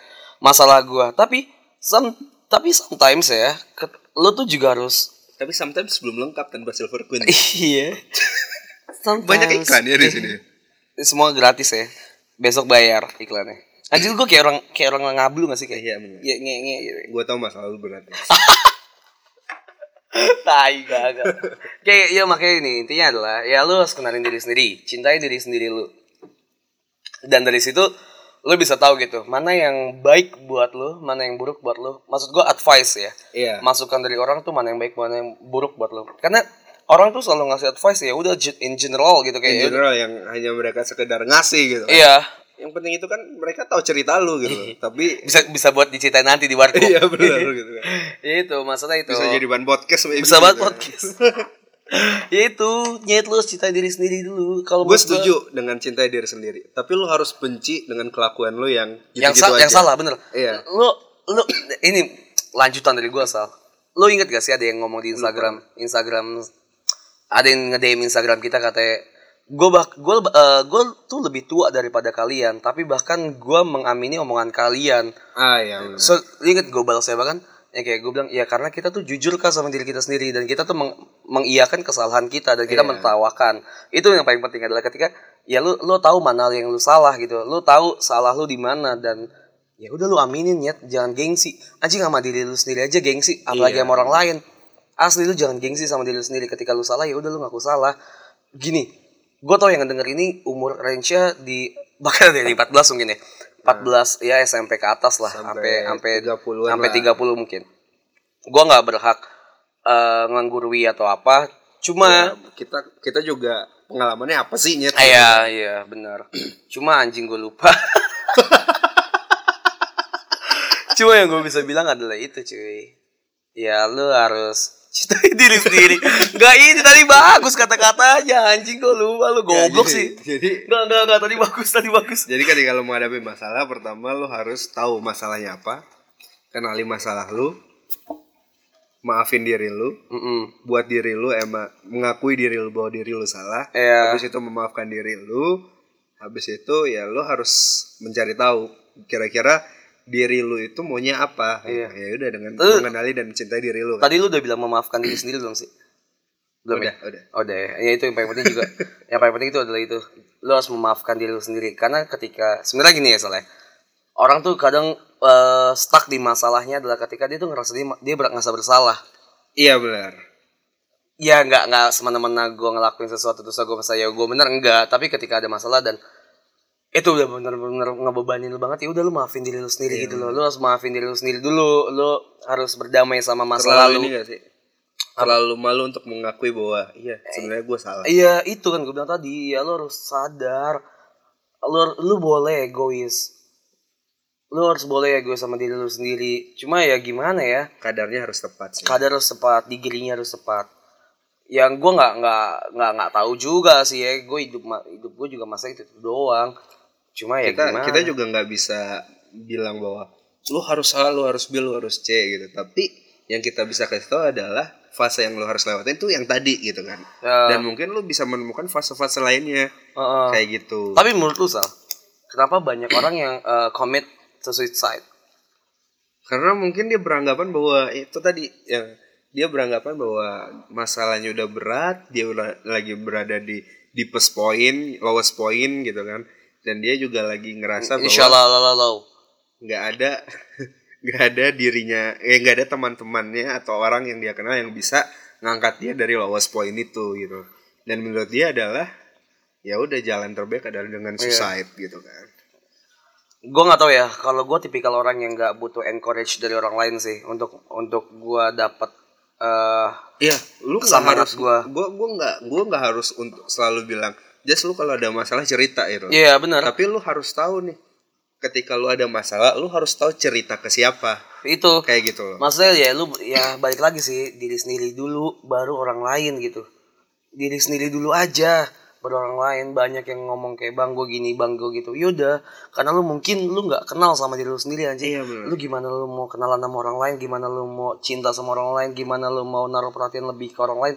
Speaker 2: masalah gue. Tapi some, tapi sometimes ya, ke- lu tuh juga harus [LAUGHS]
Speaker 3: Tapi sometimes belum lengkap tanpa silver queen.
Speaker 2: iya.
Speaker 3: Banyak
Speaker 2: Sometimes-
Speaker 3: iklan ya di sini.
Speaker 2: semua gratis ya besok bayar iklannya anjir gue kayak orang kayak orang ngablu gak sih kayak
Speaker 3: Iya, bener.
Speaker 2: ya nge nge gitu
Speaker 3: Gue tau masalah lu berat. ya.
Speaker 2: tai gagal kayak ya makanya ini intinya adalah ya lu harus kenalin diri sendiri cintai diri sendiri lu dan dari situ lu bisa tahu gitu mana yang baik buat lu mana yang buruk buat lu maksud gue advice ya
Speaker 3: Iya.
Speaker 2: masukan dari orang tuh mana yang baik mana yang buruk buat lu karena orang tuh selalu ngasih advice ya udah ge- in general gitu
Speaker 3: In
Speaker 2: kayak
Speaker 3: general yang hanya mereka sekedar ngasih gitu. kan.
Speaker 2: iya
Speaker 3: Yang penting itu kan mereka tahu cerita lu
Speaker 2: [LAUGHS]
Speaker 3: gitu. Tapi
Speaker 2: bisa bisa buat diceritain nanti di warkop
Speaker 3: iya [LAUGHS] benar gitu kan.
Speaker 2: itu maksudnya itu
Speaker 3: Bisa jadi bahan podcast maybe,
Speaker 2: Oh. bisa banget
Speaker 3: gitu.
Speaker 2: podcast [LAUGHS] ya itu nyet lu harus cintai diri sendiri dulu kalau
Speaker 3: Gue
Speaker 2: menurut gua-
Speaker 3: setuju dengan cintai diri sendiri, tapi lu harus benci dengan kelakuan lu yang
Speaker 2: yang, sa-
Speaker 3: gitu-gitu
Speaker 2: yang
Speaker 3: aja.
Speaker 2: salah bener
Speaker 3: Iya.
Speaker 2: lu lu ini lanjutan dari gua sal lu inget gak sih ada yang ngomong di Instagram Instagram ada yang nge-DM Instagram kita katanya gue bak gue tuh lebih tua daripada kalian tapi bahkan gua mengamini omongan kalian
Speaker 3: Ah iya. benar.
Speaker 2: So, lu inget gue balas siapa kan? Ya kayak gue bilang, ya karena kita tuh jujur kan sama diri kita sendiri dan kita tuh meng- mengiyakan kesalahan kita dan kita
Speaker 3: Iya.
Speaker 2: mentertawakan. Itu yang paling penting adalah ketika ya lu lu tahu mana yang lu salah gitu. Lu tahu salah lu di mana dan ya udah lu aminin ya, jangan gengsi. Anjing sama diri lu sendiri aja gengsi, apalagi
Speaker 3: Iya.
Speaker 2: sama orang lain. Asli lu jangan gengsi sama diri lu sendiri ketika lu salah ya udah lu ngaku salah. Gini, gue tau yang denger ini umur range-nya di [LAUGHS] bahkan dari 14 mungkin ya. 14 ya SMP ke atas lah
Speaker 3: Sampai
Speaker 2: sampai sampai
Speaker 3: 30-an
Speaker 2: sampai
Speaker 3: lah.
Speaker 2: 30 mungkin. Gua nggak berhak eh, nganggurui atau apa.
Speaker 3: Ya,
Speaker 2: Cuma
Speaker 3: kita kita juga pengalamannya apa sih nyet?
Speaker 2: Ah, iya iya benar. [CLEARS THROAT] Cuma anjing gue lupa. [LAUGHS] Cuma yang gue bisa bilang adalah itu cuy. Ya lu harus [LAUGHS] cintai diri sendiri. Gak ini tadi bagus kata-katanya anjing gue lupa lu
Speaker 3: Ya,
Speaker 2: goblok
Speaker 3: jadi-
Speaker 2: sih.
Speaker 3: [LAUGHS] Jadi
Speaker 2: Enggak enggak enggak tadi bagus tadi bagus.
Speaker 3: Jadi ketika lo menghadapi masalah, pertama lo harus tahu masalahnya apa, kenali masalah lo, maafin diri lo,
Speaker 2: Mm-mm.
Speaker 3: buat diri lo emang mengakui diri lo bahwa diri lo salah,
Speaker 2: Iya.
Speaker 3: habis itu memaafkan diri lo, habis itu ya lo harus mencari tahu kira-kira diri lo itu maunya apa.
Speaker 2: Iya.
Speaker 3: Ya udah dengan
Speaker 2: Lu-
Speaker 3: mengenali dan mencintai diri lo. Kan?
Speaker 2: Tadi lu udah bilang memaafkan diri sendiri belum sih? Belum
Speaker 3: Udah,
Speaker 2: ya?
Speaker 3: udah.
Speaker 2: Oh, udah ya. Ya, itu yang paling
Speaker 3: [LAUGHS]
Speaker 2: penting juga. yang paling penting itu adalah itu. Lu harus memaafkan diri lu sendiri karena ketika sebenarnya gini ya soalnya. Orang tuh kadang eh, stuck di masalahnya adalah ketika dia tuh ngerasa dia, dia ber- ngerasa bersalah.
Speaker 3: Iya benar.
Speaker 2: Ya nggak nggak semena-mena gue ngelakuin sesuatu terus gue merasa ya gue bener enggak. Tapi ketika ada masalah dan itu udah bener-bener ngebebanin lu banget ya udah lu maafin diri lu
Speaker 3: Iya,
Speaker 2: sendiri gitu loh lu harus maafin diri lu sendiri dulu lu harus berdamai sama masa
Speaker 3: Terlalu
Speaker 2: lalu
Speaker 3: ini gak sih? Terlalu malu untuk mengakui bahwa iya sebenarnya gue salah.
Speaker 2: Eh. Iya itu kan gue bilang tadi ya lo harus sadar lo lu boleh egois lo harus boleh egois sama diri lo sendiri cuma ya gimana ya
Speaker 3: Kadarnya harus tepat sih.
Speaker 2: kadar harus tepat digirinya harus tepat yang gue nggak nggak nggak nggak tahu juga sih ya gue hidup ma- hidup gue juga masa itu doang cuma ya
Speaker 3: kita
Speaker 2: gimana
Speaker 3: kita juga nggak bisa bilang bahwa lu harus A, lu harus B, lu harus C gitu. Tapi yang kita bisa kasih tahu adalah fase yang lo harus lewatin tuh yang tadi gitu kan
Speaker 2: Ya.
Speaker 3: dan mungkin lo bisa menemukan fase-fase lainnya
Speaker 2: Heeh.
Speaker 3: kayak gitu
Speaker 2: Tapi menurut lu Sal, kenapa banyak orang yang eh, commit to suicide?
Speaker 3: karena mungkin dia beranggapan bahwa eh, itu tadi yang dia beranggapan bahwa masalahnya udah berat dia udah lagi berada di deepest point lowest point gitu kan dan dia juga lagi ngerasa bahwa
Speaker 2: Insyaallah lalau.
Speaker 3: nggak ada [LAUGHS] nggak ada dirinya ya nggak ada teman-temannya atau orang yang dia kenal yang bisa ngangkat dia dari lowest point itu gitu dan menurut dia adalah ya udah jalan terbaik adalah dengan suicide gitu kan
Speaker 2: Gue nggak tahu ya. Kalau gue tipikal orang yang nggak butuh encourage dari orang lain sih untuk untuk gue dapat eh
Speaker 3: Iya, lu nggak
Speaker 2: Kesamaan
Speaker 3: harus
Speaker 2: gua.
Speaker 3: gua. Gua gua nggak gua nggak harus untuk selalu bilang, "Just lu kalau ada masalah cerita itu."
Speaker 2: Iya benar.
Speaker 3: Tapi lu harus tahu nih, ketika lu ada masalah, lu harus tahu cerita ke siapa.
Speaker 2: Itu
Speaker 3: Kayak gitu loh.
Speaker 2: maksudnya ya lu ya balik lagi sih diri sendiri dulu baru orang lain gitu. Diri sendiri dulu aja baru orang lain banyak yang ngomong kayak bang gue gini bang gue gitu yaudah karena lu mungkin lu nggak kenal sama diri lu sendiri anjing
Speaker 3: Iya, benar.
Speaker 2: lu gimana lu mau kenalan sama orang lain gimana lu mau cinta sama orang lain gimana lu mau naruh perhatian lebih ke orang lain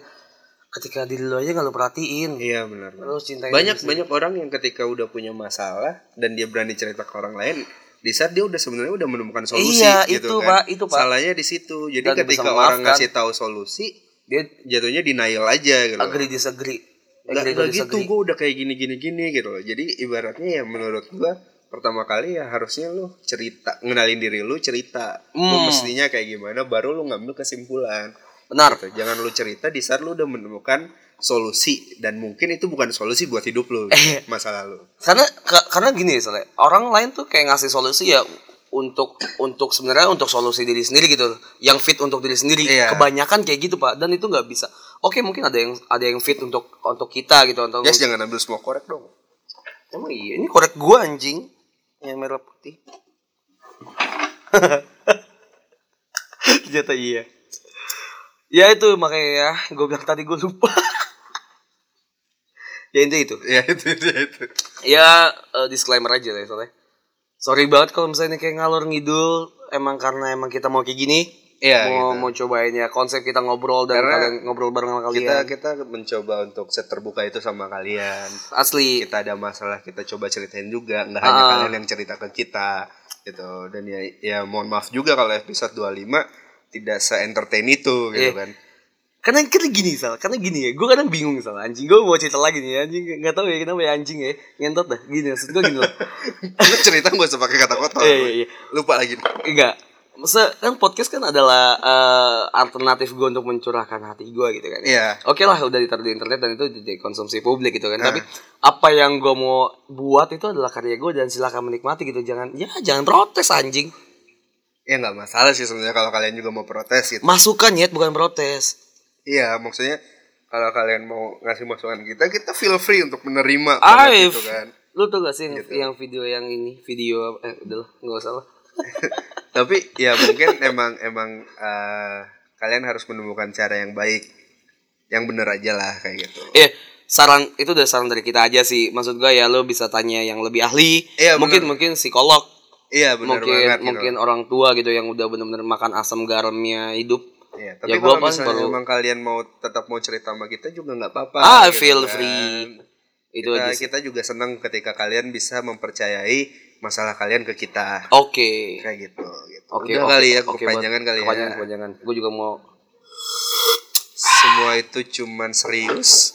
Speaker 2: ketika diri lu aja nggak lu perhatiin
Speaker 3: Iya benar. benar.
Speaker 2: lu cintain
Speaker 3: Banyak
Speaker 2: diri
Speaker 3: banyak orang yang ketika udah punya masalah dan dia berani cerita ke orang lain, di saat dia udah sebenarnya udah menemukan solusi
Speaker 2: Iya,
Speaker 3: gitu
Speaker 2: itu,
Speaker 3: kan.
Speaker 2: Pak, itu, Pak.
Speaker 3: Salahnya di situ. Jadi
Speaker 2: Dan bisa
Speaker 3: ketika orang
Speaker 2: memaafkan.
Speaker 3: ngasih tahu solusi,
Speaker 2: dia
Speaker 3: jatuhnya denial aja gitu. loh.
Speaker 2: agree disagree
Speaker 3: Gak,
Speaker 2: Agree to
Speaker 3: gak gitu,
Speaker 2: disagree.
Speaker 3: gue udah kayak gini-gini gini gitu loh. Jadi ibaratnya ya menurut gue pertama kali ya harusnya lu cerita, ngenalin diri lu cerita. Lu
Speaker 2: Hmm.
Speaker 3: mestinya kayak gimana baru lu ngambil kesimpulan.
Speaker 2: benar
Speaker 3: Gitu. Jangan lu cerita di saat lu udah menemukan solusi dan mungkin itu bukan solusi buat hidup lu,
Speaker 2: Eh.
Speaker 3: masa lalu.
Speaker 2: karena ka- karena gini soalnya orang lain tuh kayak ngasih solusi ya untuk untuk sebenarnya untuk solusi diri sendiri gitu yang fit untuk diri sendiri
Speaker 3: Iya.
Speaker 2: kebanyakan kayak gitu pak dan itu nggak bisa oke mungkin ada yang ada yang fit untuk untuk kita gitu untuk
Speaker 3: Guys jangan ambil semua korek dong. [LAUGHS]
Speaker 2: emang iya ini korek gua anjing yang merah putih [LAUGHS] ternyata iya ya itu makanya ya gue bilang tadi gue lupa [LAUGHS] ya intinya itu
Speaker 3: Ya itu itu. itu.
Speaker 2: ya eh, disclaimer aja lah ya, soalnya sorry banget kalau misalnya ini kayak ngalur ngidul emang karena emang kita mau kayak gini
Speaker 3: Iya,
Speaker 2: mau
Speaker 3: gitu.
Speaker 2: mau cobain ya konsep kita ngobrol dan
Speaker 3: Karena
Speaker 2: kalian ngobrol bareng sama kalian
Speaker 3: Kita kita mencoba untuk seterbuka itu sama kalian.
Speaker 2: asli
Speaker 3: kita ada masalah kita coba ceritain juga nggak hanya
Speaker 2: Ah.
Speaker 3: kalian yang cerita ke kita gitu dan ya ya mohon maaf juga kalau episode 25 tidak se entertain itu
Speaker 2: Iya.
Speaker 3: gitu kan
Speaker 2: karena karena gini sal karena gini ya gue kadang bingung sal anjing gue mau cerita lagi nih anjing nggak tahu ya kenapa ya anjing ya ngentot dah gini maksud gue gini
Speaker 3: [LAUGHS]
Speaker 2: loh
Speaker 3: lu cerita gue usah pakai kata kotor
Speaker 2: Iya, iya, iya.
Speaker 3: lupa lagi
Speaker 2: enggak Masa, kan podcast kan adalah eh, alternatif gue untuk mencurahkan hati gue gitu kan
Speaker 3: Iya. Nah.
Speaker 2: oke lah udah ditaruh di internet dan itu jadi konsumsi publik gitu kan tapi apa yang gue mau buat itu adalah karya gue dan silakan menikmati gitu jangan ya jangan protes anjing
Speaker 3: ya nggak masalah sih sebenarnya kalau kalian juga mau protes gitu
Speaker 2: masukan ya bukan protes
Speaker 3: iya maksudnya kalau kalian mau ngasih masukan kita kita feel free untuk menerima banget
Speaker 2: Aif
Speaker 3: gitu kan
Speaker 2: lu tuh gak sih yang- yang video yang ini video eh udahlah nggak usah lah
Speaker 3: tapi ya mungkin [LAUGHS] emang emang eh, kalian harus menemukan cara yang baik yang bener aja lah kayak gitu
Speaker 2: eh saran itu udah saran dari kita aja sih maksud gue ya lu bisa tanya yang lebih ahli
Speaker 3: Iya,
Speaker 2: mungkin mungkin psikolog
Speaker 3: iya bener
Speaker 2: mungkin
Speaker 3: banget gitu.
Speaker 2: mungkin orang tua gitu yang udah bener-bener makan asam garamnya hidup
Speaker 3: Iya, tapi
Speaker 2: Ya, gua kan
Speaker 3: kalau misalnya
Speaker 2: baru-
Speaker 3: emang kalian mau tetap mau cerita sama kita juga nggak apa-apa.
Speaker 2: Ah,
Speaker 3: gitu
Speaker 2: feel
Speaker 3: kan.
Speaker 2: free. itu aja
Speaker 3: Kita,
Speaker 2: sih.
Speaker 3: kita juga senang ketika kalian bisa mempercayai masalah kalian ke kita.
Speaker 2: oke
Speaker 3: Kayak gitu. gitu.
Speaker 2: Oke,
Speaker 3: Udah
Speaker 2: oke,
Speaker 3: kali ya
Speaker 2: oke,
Speaker 3: kepanjangan
Speaker 2: buat-
Speaker 3: kali ya.
Speaker 2: Kepanjangan, kepanjangan. Gue juga mau
Speaker 3: Semua itu cuman serius.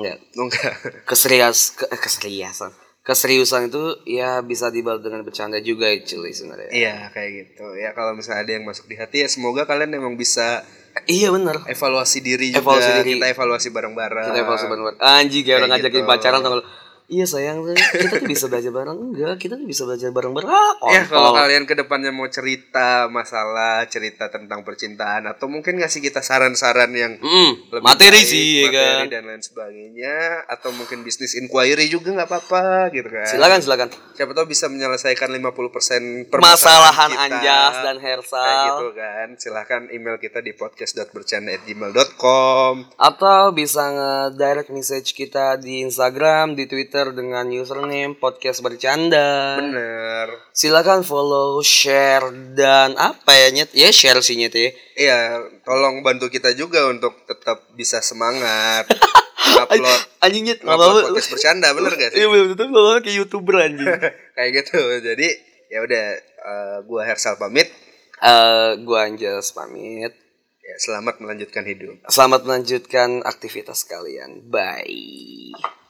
Speaker 2: ya,
Speaker 3: Oh, enggak.
Speaker 2: keserias ke- eh, keseriasan. Keseriusan itu ya bisa dibalut dengan bercanda juga actually sebenarnya.
Speaker 3: Iya, kayak gitu. Ya kalau misalnya ada yang masuk di hati ya semoga kalian emang bisa
Speaker 2: iya benar.
Speaker 3: evaluasi diri juga.
Speaker 2: Evaluasi diri.
Speaker 3: Kita evaluasi bareng-bareng.
Speaker 2: Kita evaluasi bareng-bareng. Anjing kayak orang
Speaker 3: Ah. kayak
Speaker 2: ngajakin
Speaker 3: gitu.
Speaker 2: pacaran tau nggak lu? Iya sayang, kita tuh bisa belajar bareng enggak? Kita tuh bisa belajar bareng-bareng. Ah,
Speaker 3: Ya kalau
Speaker 2: kontol.
Speaker 3: kalian kedepannya mau cerita masalah cerita tentang percintaan atau mungkin ngasih kita saran-saran yang
Speaker 2: Mm,
Speaker 3: lebih
Speaker 2: materi
Speaker 3: baik,
Speaker 2: sih ya
Speaker 3: materi
Speaker 2: kan.
Speaker 3: dan lain sebagainya atau mungkin bisnis inquiry juga nggak apa-apa gitu kan.
Speaker 2: Silakan silakan.
Speaker 3: Siapa tahu bisa menyelesaikan 50%
Speaker 2: Permasalahan
Speaker 3: permasalahan kita.
Speaker 2: Anjas dan
Speaker 3: kayak
Speaker 2: Hersal.
Speaker 3: gitu kan. Silahkan email kita di podcast.bercanda@gmail.com.
Speaker 2: Atau bisa nge-direct message kita di Instagram, di Twitter, Twitter dengan username podcast bercanda.
Speaker 3: Bener.
Speaker 2: Silakan follow, share dan apa ya nyet? Ya share sih nyet ya.
Speaker 3: Iya, tolong bantu kita juga untuk tetap bisa semangat. upload
Speaker 2: Anjing nyet, nggak
Speaker 3: upload
Speaker 2: apa-apa.
Speaker 3: podcast bercanda, bener gak sih?
Speaker 2: Iya betul betul kayak youtuber anjing.
Speaker 3: [LAUGHS] Kayak gitu. Jadi ya udah eh, gua Hersal pamit.
Speaker 2: Eh, gua Anjas pamit.
Speaker 3: Ya, selamat melanjutkan hidup.
Speaker 2: Selamat melanjutkan aktivitas kalian. Bye.